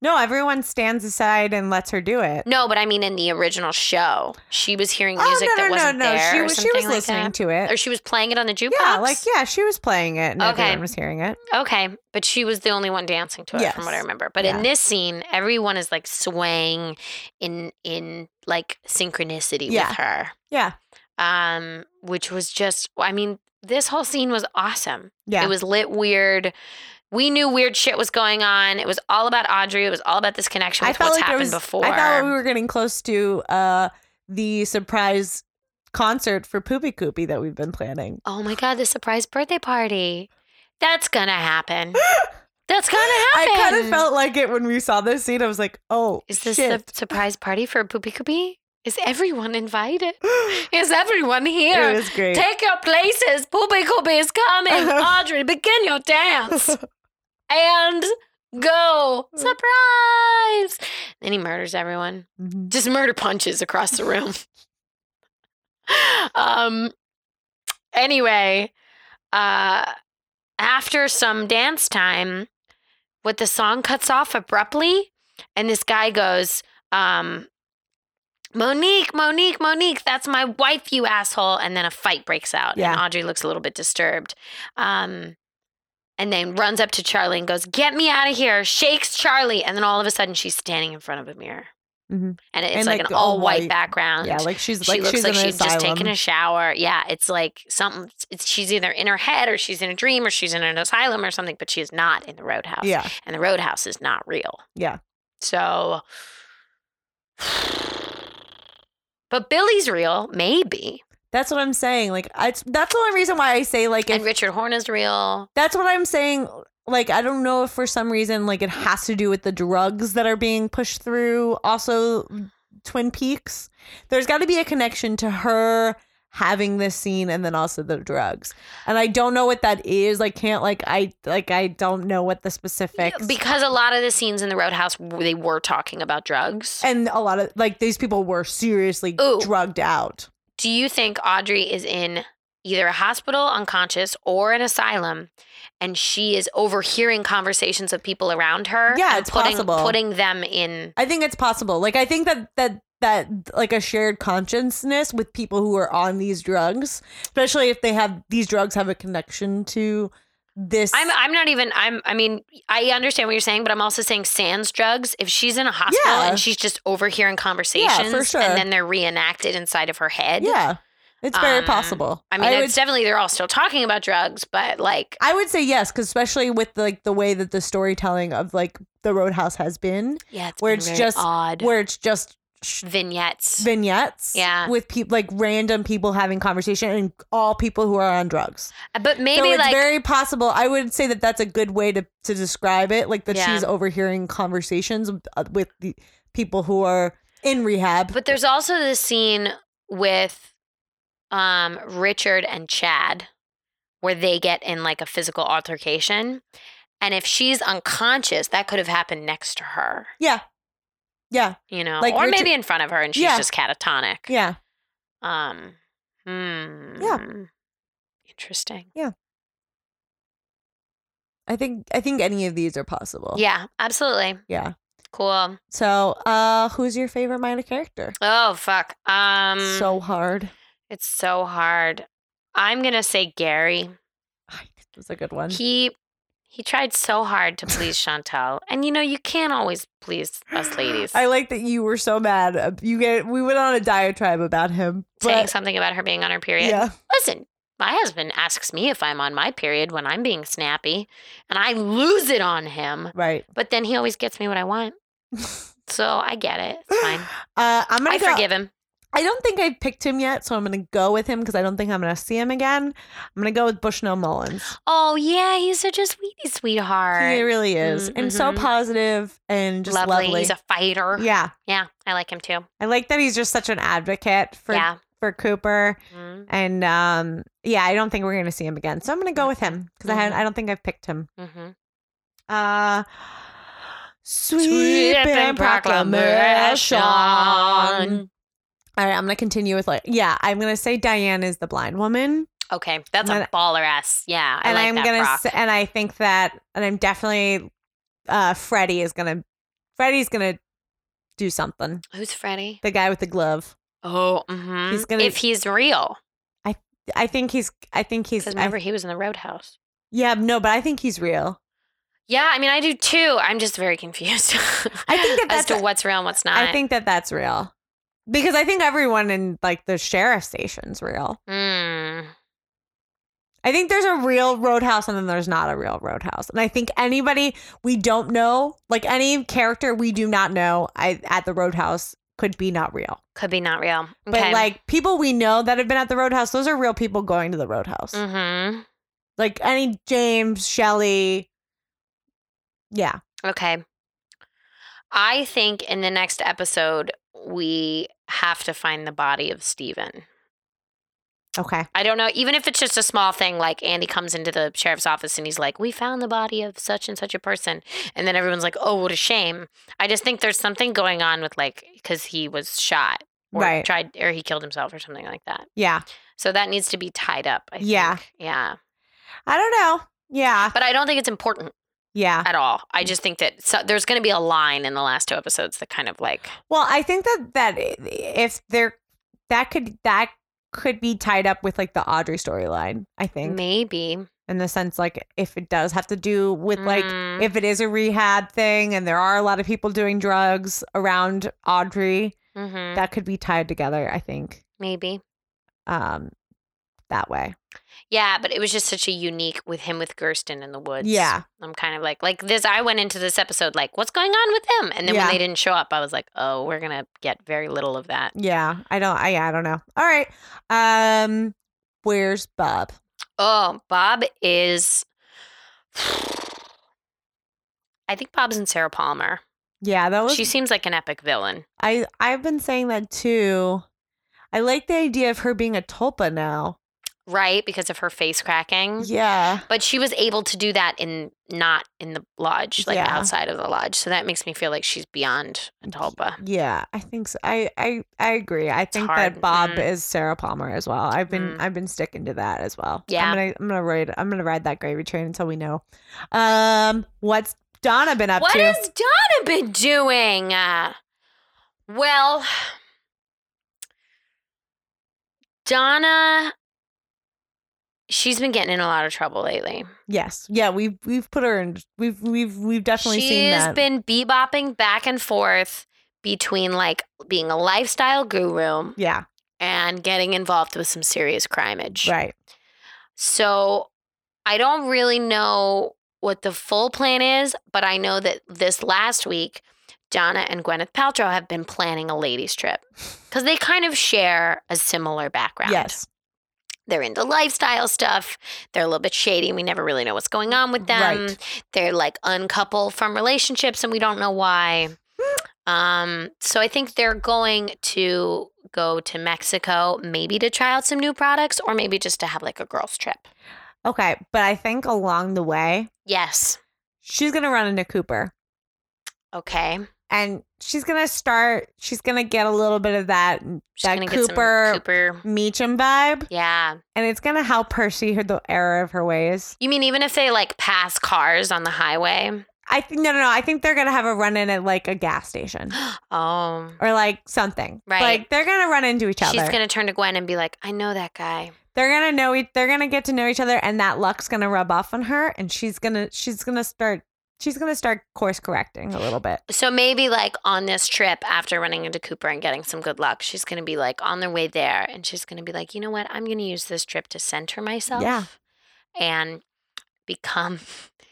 S4: No, everyone stands aside and lets her do it.
S1: No, but I mean in the original show, she was hearing music
S4: oh no,
S1: that
S4: no,
S1: wasn't
S4: no, no.
S1: there.
S4: She
S1: or
S4: was she
S1: something
S4: was
S1: like
S4: listening
S1: that.
S4: to it.
S1: or she was playing it on the jukebox.
S4: yeah, like yeah, she was playing it and
S1: Okay.
S4: everyone was hearing it.
S1: Okay, but she was the only one dancing to it, from what I
S4: Yes.
S1: remember. But in
S4: Yeah.
S1: this scene, everyone is like swaying in in like synchronicity
S4: Yeah.
S1: with her,
S4: Yeah,
S1: um, which was just. I mean, this whole scene was awesome.
S4: yeah,
S1: It was lit weird. We knew weird shit was going on. It was all about Audrey. It was all about this connection with what's
S4: there
S1: happened
S4: was,
S1: before.
S4: I thought we were getting close to uh, the surprise concert for Poopy Koopy that we've been planning.
S1: oh my god, the surprise birthday party. That's gonna happen. That's gonna happen.
S4: I kind of felt like it when we saw this scene. I was like, oh,
S1: Is this
S4: shit.
S1: the surprise party for Poopy Koopy? Is everyone invited? Is everyone here?
S4: It was great.
S1: Take your places. Poopy Koopy is coming.
S4: Uh-huh.
S1: Audrey, begin your dance. and go.
S4: Mm.
S1: Surprise. Then he murders everyone.
S4: Mhm.
S1: Just murder punches across the room. um anyway, uh after some dance time, what the song cuts off abruptly, and this guy goes, um, Monique, Monique, Monique, that's my wife, you asshole. And then a fight breaks out. And
S4: Yeah.
S1: Audrey looks a little bit disturbed. Um, and then runs up to Charlie and goes, Get me out of here. Shakes Charlie. And then all of a sudden she's standing in front of a mirror.
S4: Mhm.
S1: And it's
S4: And,
S1: like,
S4: like,
S1: an
S4: all
S1: all white
S4: white.
S1: background.
S4: Yeah, like she's
S1: She
S4: like
S1: looks
S4: she's
S1: like
S4: in an
S1: she's just
S4: asylum.
S1: taken a shower. Yeah, it's like something. It's, she's either in her head or she's in a dream or she's in an asylum or something, but she is not in the roadhouse.
S4: Yeah,
S1: And the roadhouse is not real.
S4: Yeah.
S1: So, but Billy's real, maybe.
S4: that's what I'm saying. Like, I, that's the only reason why I say like
S1: And
S4: if,
S1: Richard Horn is real.
S4: that's what I'm saying. Like, I don't know if for some reason like it has to do with the drugs that are being pushed through. Also, Twin Peaks. There's got to be a connection to her having this scene and then also the drugs. And I don't know what that is. I can't like I like I don't know what the specifics.
S1: Because a lot of the scenes in the roadhouse, they were talking about drugs.
S4: and a lot of like these people were seriously
S1: Ooh.
S4: drugged out.
S1: Do you think Audrey is in either a hospital, unconscious, or an asylum, and she is overhearing conversations of people around her?
S4: Yeah,
S1: and
S4: it's
S1: putting,
S4: possible.
S1: Putting them in.
S4: I think it's possible. Like I think that that that like a shared consciousness with people who are on these drugs, especially if they have these drugs have a connection to this.
S1: I'm. I'm not even. I'm. I mean, I understand what you're saying, but I'm also saying sans drugs. If she's in a hospital
S4: Yeah.
S1: and she's just overhearing conversations,
S4: sure.
S1: and then they're reenacted inside of her head.
S4: yeah, it's very
S1: Um,
S4: possible.
S1: I mean,
S4: I would,
S1: it's definitely they're all still talking about drugs, but like,
S4: I would say yes, because especially with like the way that the storytelling of like the Roadhouse has been,
S1: yeah, it's
S4: Where
S1: been
S4: it's
S1: very
S4: just-
S1: odd
S4: where it's just sh-
S1: vignettes.
S4: vignettes,
S1: Yeah.
S4: with people like random people having conversation and all people who are on drugs.
S1: but maybe
S4: so it's
S1: like
S4: very possible. I would say that that's a good way to to describe it, like that
S1: Yeah.
S4: she's overhearing conversations with- uh, with the people who are in rehab.
S1: But there's also this scene with um, Richard and Chad where they get in like a physical altercation. And if she's unconscious, that could have happened next to her.
S4: yeah, Yeah.
S1: you know,
S4: Like
S1: or
S4: Richard-
S1: maybe in front of her and she's
S4: Yeah.
S1: just catatonic.
S4: Yeah.
S1: Um. Hmm. Interesting.
S4: I think I think any of these are possible.
S1: Yeah, absolutely.
S4: Yeah.
S1: Cool.
S4: So, uh who's your favorite minor character?
S1: Oh fuck. Um.
S4: so hard.
S1: it's so hard. I'm gonna say Gary.
S4: That's a good one.
S1: He he tried so hard to please Chantel, and you know you can't always please us ladies.
S4: I like that you were so mad. Uh, You get we went on a diatribe about him.
S1: saying
S4: But,
S1: something about her being on her period.
S4: yeah.
S1: Listen, my husband asks me if I'm on my period when I'm being snappy, and I lose it on him.
S4: Right.
S1: But then he always gets me what I want, so I get it. It's fine.
S4: Uh, I'm gonna
S1: I
S4: go-
S1: forgive him.
S4: I don't think I picked him yet, so I'm gonna go with him because I don't think I'm gonna see him again. I'm gonna go with Bushnell Mullins.
S1: Oh yeah, he's such a sweetie sweetheart.
S4: He really is,
S1: Mm,
S4: and so
S1: mhm.
S4: positive and just lovely.
S1: He's a fighter. Yeah.
S4: yeah,
S1: I like him too.
S4: I like that he's just such an advocate for
S1: yeah.
S4: for Cooper,
S1: Mm-hmm.
S4: and um, yeah, I don't think we're gonna see him again, so I'm
S1: Mm.
S4: gonna go with him because I
S1: Mm-hmm.
S4: haven't, I don't think I've picked him. Uh, sweeping proclamation. All right, I'm gonna continue with like, yeah, I'm gonna say Diane is the blind woman,
S1: Okay, that's
S4: And-
S1: a baller ass. Yeah, I
S4: and
S1: like
S4: I'm
S1: that.
S4: gonna,
S1: Brock.
S4: s- and I think that, and I'm definitely, uh, Freddie is gonna, Freddie's gonna do something.
S1: Who's Freddy?
S4: The guy with the glove,
S1: Oh, mhm.
S4: He's gonna-
S1: if he's real.
S4: I think he's, I think he's,
S1: Because
S4: I-
S1: remember, he was in the Roadhouse.
S4: yeah, no, but I think he's real.
S1: Yeah, I mean, I do too. I'm just very confused.
S4: I think that
S1: as
S4: that's
S1: to
S4: a-
S1: what's real and what's not.
S4: I think that that's real, because I think everyone in like the sheriff station's real.
S1: Mm.
S4: I think there's a real roadhouse and then there's not a real roadhouse. And I think anybody we don't know, like any character we do not know I, at the roadhouse could be not real.
S1: could be not real.
S4: But like people we know that have been at the roadhouse, those are real people going to the roadhouse.
S1: mm-hmm.
S4: Like any James, Shelley. Yeah.
S1: Okay. I think in the next episode we have to find the body of Steven.
S4: Okay.
S1: I don't know, even if it's just a small thing, like Andy comes into the sheriff's office and he's like, We found the body of such and such a person. And then everyone's like, Oh, what a shame. I just think there's something going on with like, because he was shot or
S4: Right.
S1: tried, or he killed himself or something like that.
S4: Yeah.
S1: So that needs to be tied up. I
S4: Yeah.
S1: Think. Yeah.
S4: I don't know. Yeah.
S1: But I don't think it's important
S4: Yeah.
S1: at all. I just think that so, there's going to be a line in the last two episodes that kind of like,
S4: Well, I think that that if there that could that could be tied up with like the Audrey storyline, I think.
S1: maybe.
S4: in the sense like if it does have to do with like
S1: Mm.
S4: if it is a rehab thing and there are a lot of people doing drugs around Audrey
S1: Mhm.
S4: that could be tied together I think
S1: maybe.
S4: um that way
S1: Yeah, but it was just such a unique with him with Gersten in the woods.
S4: Yeah.
S1: I'm kind of like like this I went into this episode like what's going on with him? And then
S4: Yeah.
S1: when they didn't show up, I was like, "Oh, we're going to get very little of that."
S4: yeah I don't I I don't know all right um where's Bob
S1: Oh, Bob is I think Bob's in Sarah Palmer.
S4: yeah that was
S1: She seems like an epic villain.
S4: I I've been saying that too I like the idea of her being a tulpa now
S1: Right, because of her face cracking.
S4: yeah
S1: But she was able to do that in not in the lodge, like
S4: Yeah.
S1: outside of the lodge. So that makes me feel like she's beyond a Tulpa.
S4: Yeah, I think so. I I, I agree. I think
S1: hard.
S4: that Bob
S1: Mm.
S4: is Sarah Palmer as well. I've been
S1: Mm.
S4: I've been sticking to that as well.
S1: Yeah.
S4: I'm gonna I'm gonna ride I'm gonna ride that gravy train until we know. Um, what's Donna been up
S1: What
S4: to?
S1: has Donna been doing? Uh, well, Donna, she's been getting in a lot of trouble lately.
S4: yes, yeah, we've we've put her in. We've we've we've definitely seen
S1: She's
S4: that.
S1: been bebopping back and forth between like being a lifestyle guru
S4: yeah,
S1: and getting involved with some serious crimeage.
S4: right.
S1: So I don't really know what the full plan is, but I know that this last week, Donna and Gwyneth Paltrow have been planning a ladies' trip because they kind of share a similar background.
S4: Yes,
S1: They're into lifestyle stuff. They're a little bit shady. We never really know what's going on with them.
S4: Right.
S1: They're like uncoupled from relationships and we don't know why. Um, so I think they're going to go to Mexico, maybe to try out some new products or maybe just to have like a girls' trip.
S4: okay, but I think along the way
S1: Yes.
S4: she's gonna run into Cooper,
S1: Okay.
S4: and she's gonna start. She's gonna get a little bit of that mm,
S1: She's
S4: that
S1: gonna
S4: Cooper,
S1: get some Cooper.
S4: Meacham vibe,
S1: Yeah.
S4: and it's gonna help her see her the error of her ways.
S1: You mean even if they like pass cars on the highway?
S4: I think no, no, no. I think they're gonna have a run in at like a gas station
S1: Oh.
S4: or like something.
S1: Right.
S4: Like they're gonna run into each other.
S1: She's gonna turn to Gwen and be like, "I know that guy."
S4: they're gonna know. E- they're gonna get to know each other, and that luck's gonna rub off on her, and she's gonna she's gonna start she's gonna start course correcting a little bit.
S1: So maybe like on this trip after running into Cooper and getting some good luck, she's going to be like on their way there and she's going to be like, "You know what? I'm going to use this trip to center myself
S4: Yeah.
S1: and become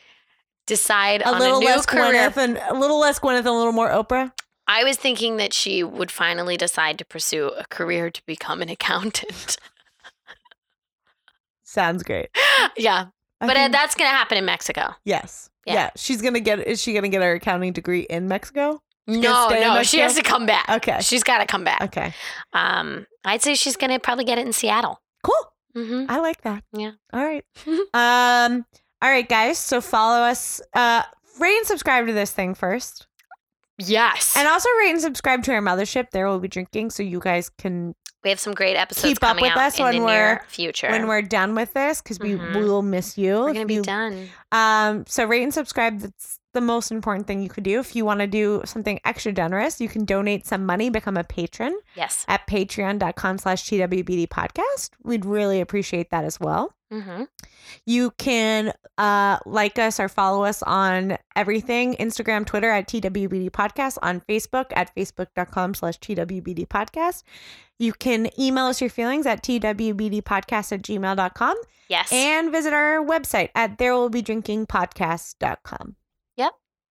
S1: decide
S4: A
S1: on
S4: little
S1: a new
S4: less
S1: career."
S4: Gwyneth and a little less Gwyneth and a little more Oprah.
S1: I was thinking that she would finally decide to pursue a career to become an accountant.
S4: Sounds great.
S1: yeah.
S4: I
S1: but uh,
S4: think-
S1: that's going to happen in Mexico.
S4: yes,
S1: Yeah.
S4: yeah. she's gonna get. Is she gonna get her accounting degree in Mexico?
S1: No,
S4: stay in
S1: no, she
S4: Mexico?
S1: has to come back.
S4: Okay.
S1: She's got to come back.
S4: Okay,
S1: Um, I'd say she's going to probably get it in Seattle.
S4: cool.
S1: Mm-hmm.
S4: I like that.
S1: Yeah.
S4: All right. um. All right, guys. So follow us. Uh, rate and subscribe to this thing first,
S1: Yes.
S4: and also rate and subscribe to our mothership. There we'll be drinking, so you guys can
S1: We have some great episodes
S4: Keep up
S1: coming
S4: with
S1: out
S4: us
S1: in
S4: when
S1: the
S4: we're-
S1: near future.
S4: when we're done with this because
S1: Mhm.
S4: we will miss you.
S1: We're
S4: If
S1: gonna be
S4: you-
S1: done.
S4: Um. So rate and subscribe. That's the most important thing you could do. If you want to do something extra generous, you can donate some money, become a patron.
S1: Yes.
S4: at patreon.com slash twbd podcast we'd really appreciate that as well
S1: Mm-hmm.
S4: you can uh, like us or follow us on everything instagram twitter at twbd podcast on facebook at facebook.com slash twbd podcast you can email us your feelings at twbdpodcast at gmail.com
S1: Yes.
S4: and visit our website at there will be drinking podcast.com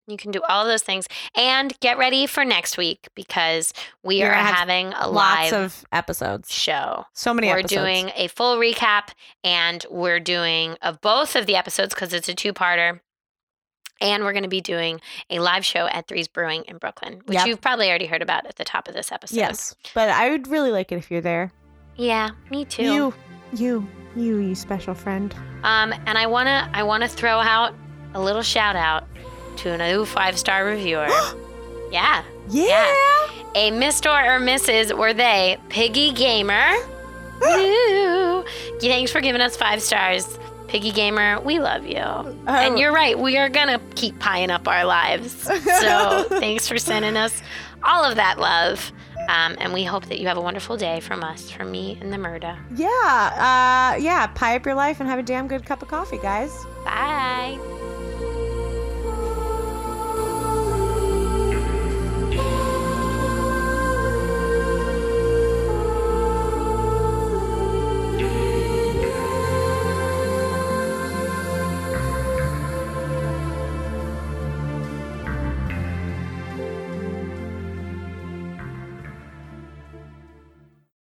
S1: you can do all those things. And get ready for next week because we are
S4: We're gonna have
S1: having a
S4: lots
S1: live
S4: of episodes
S1: show.
S4: so many
S1: We're
S4: episodes
S1: doing a full recap and we're doing of both of the episodes because it's a two parter. And we're going to be doing a live show at Three's Brewing in Brooklyn, which
S4: Yep.
S1: you've probably already heard about at the top of this episode.
S4: yes but i would really like it if you're there
S1: Yeah, me too.
S4: You, you, you, you special friend.
S1: Um, and I wanna I wanna throw out a little shout out to a new five star reviewer. yeah,
S4: Yeah.
S1: a Mr. or Mrs. or they Piggy Gamer. Woo. Thanks for giving us five stars, Piggy Gamer. We love you. and you're right, we are gonna keep pieing up our lives. So thanks for sending us all of that love. Um, and we hope that you have a wonderful day from us, from me and the murder.
S4: Yeah. Uh, yeah. Pie up your life and have a damn good cup of coffee, guys.
S1: Bye.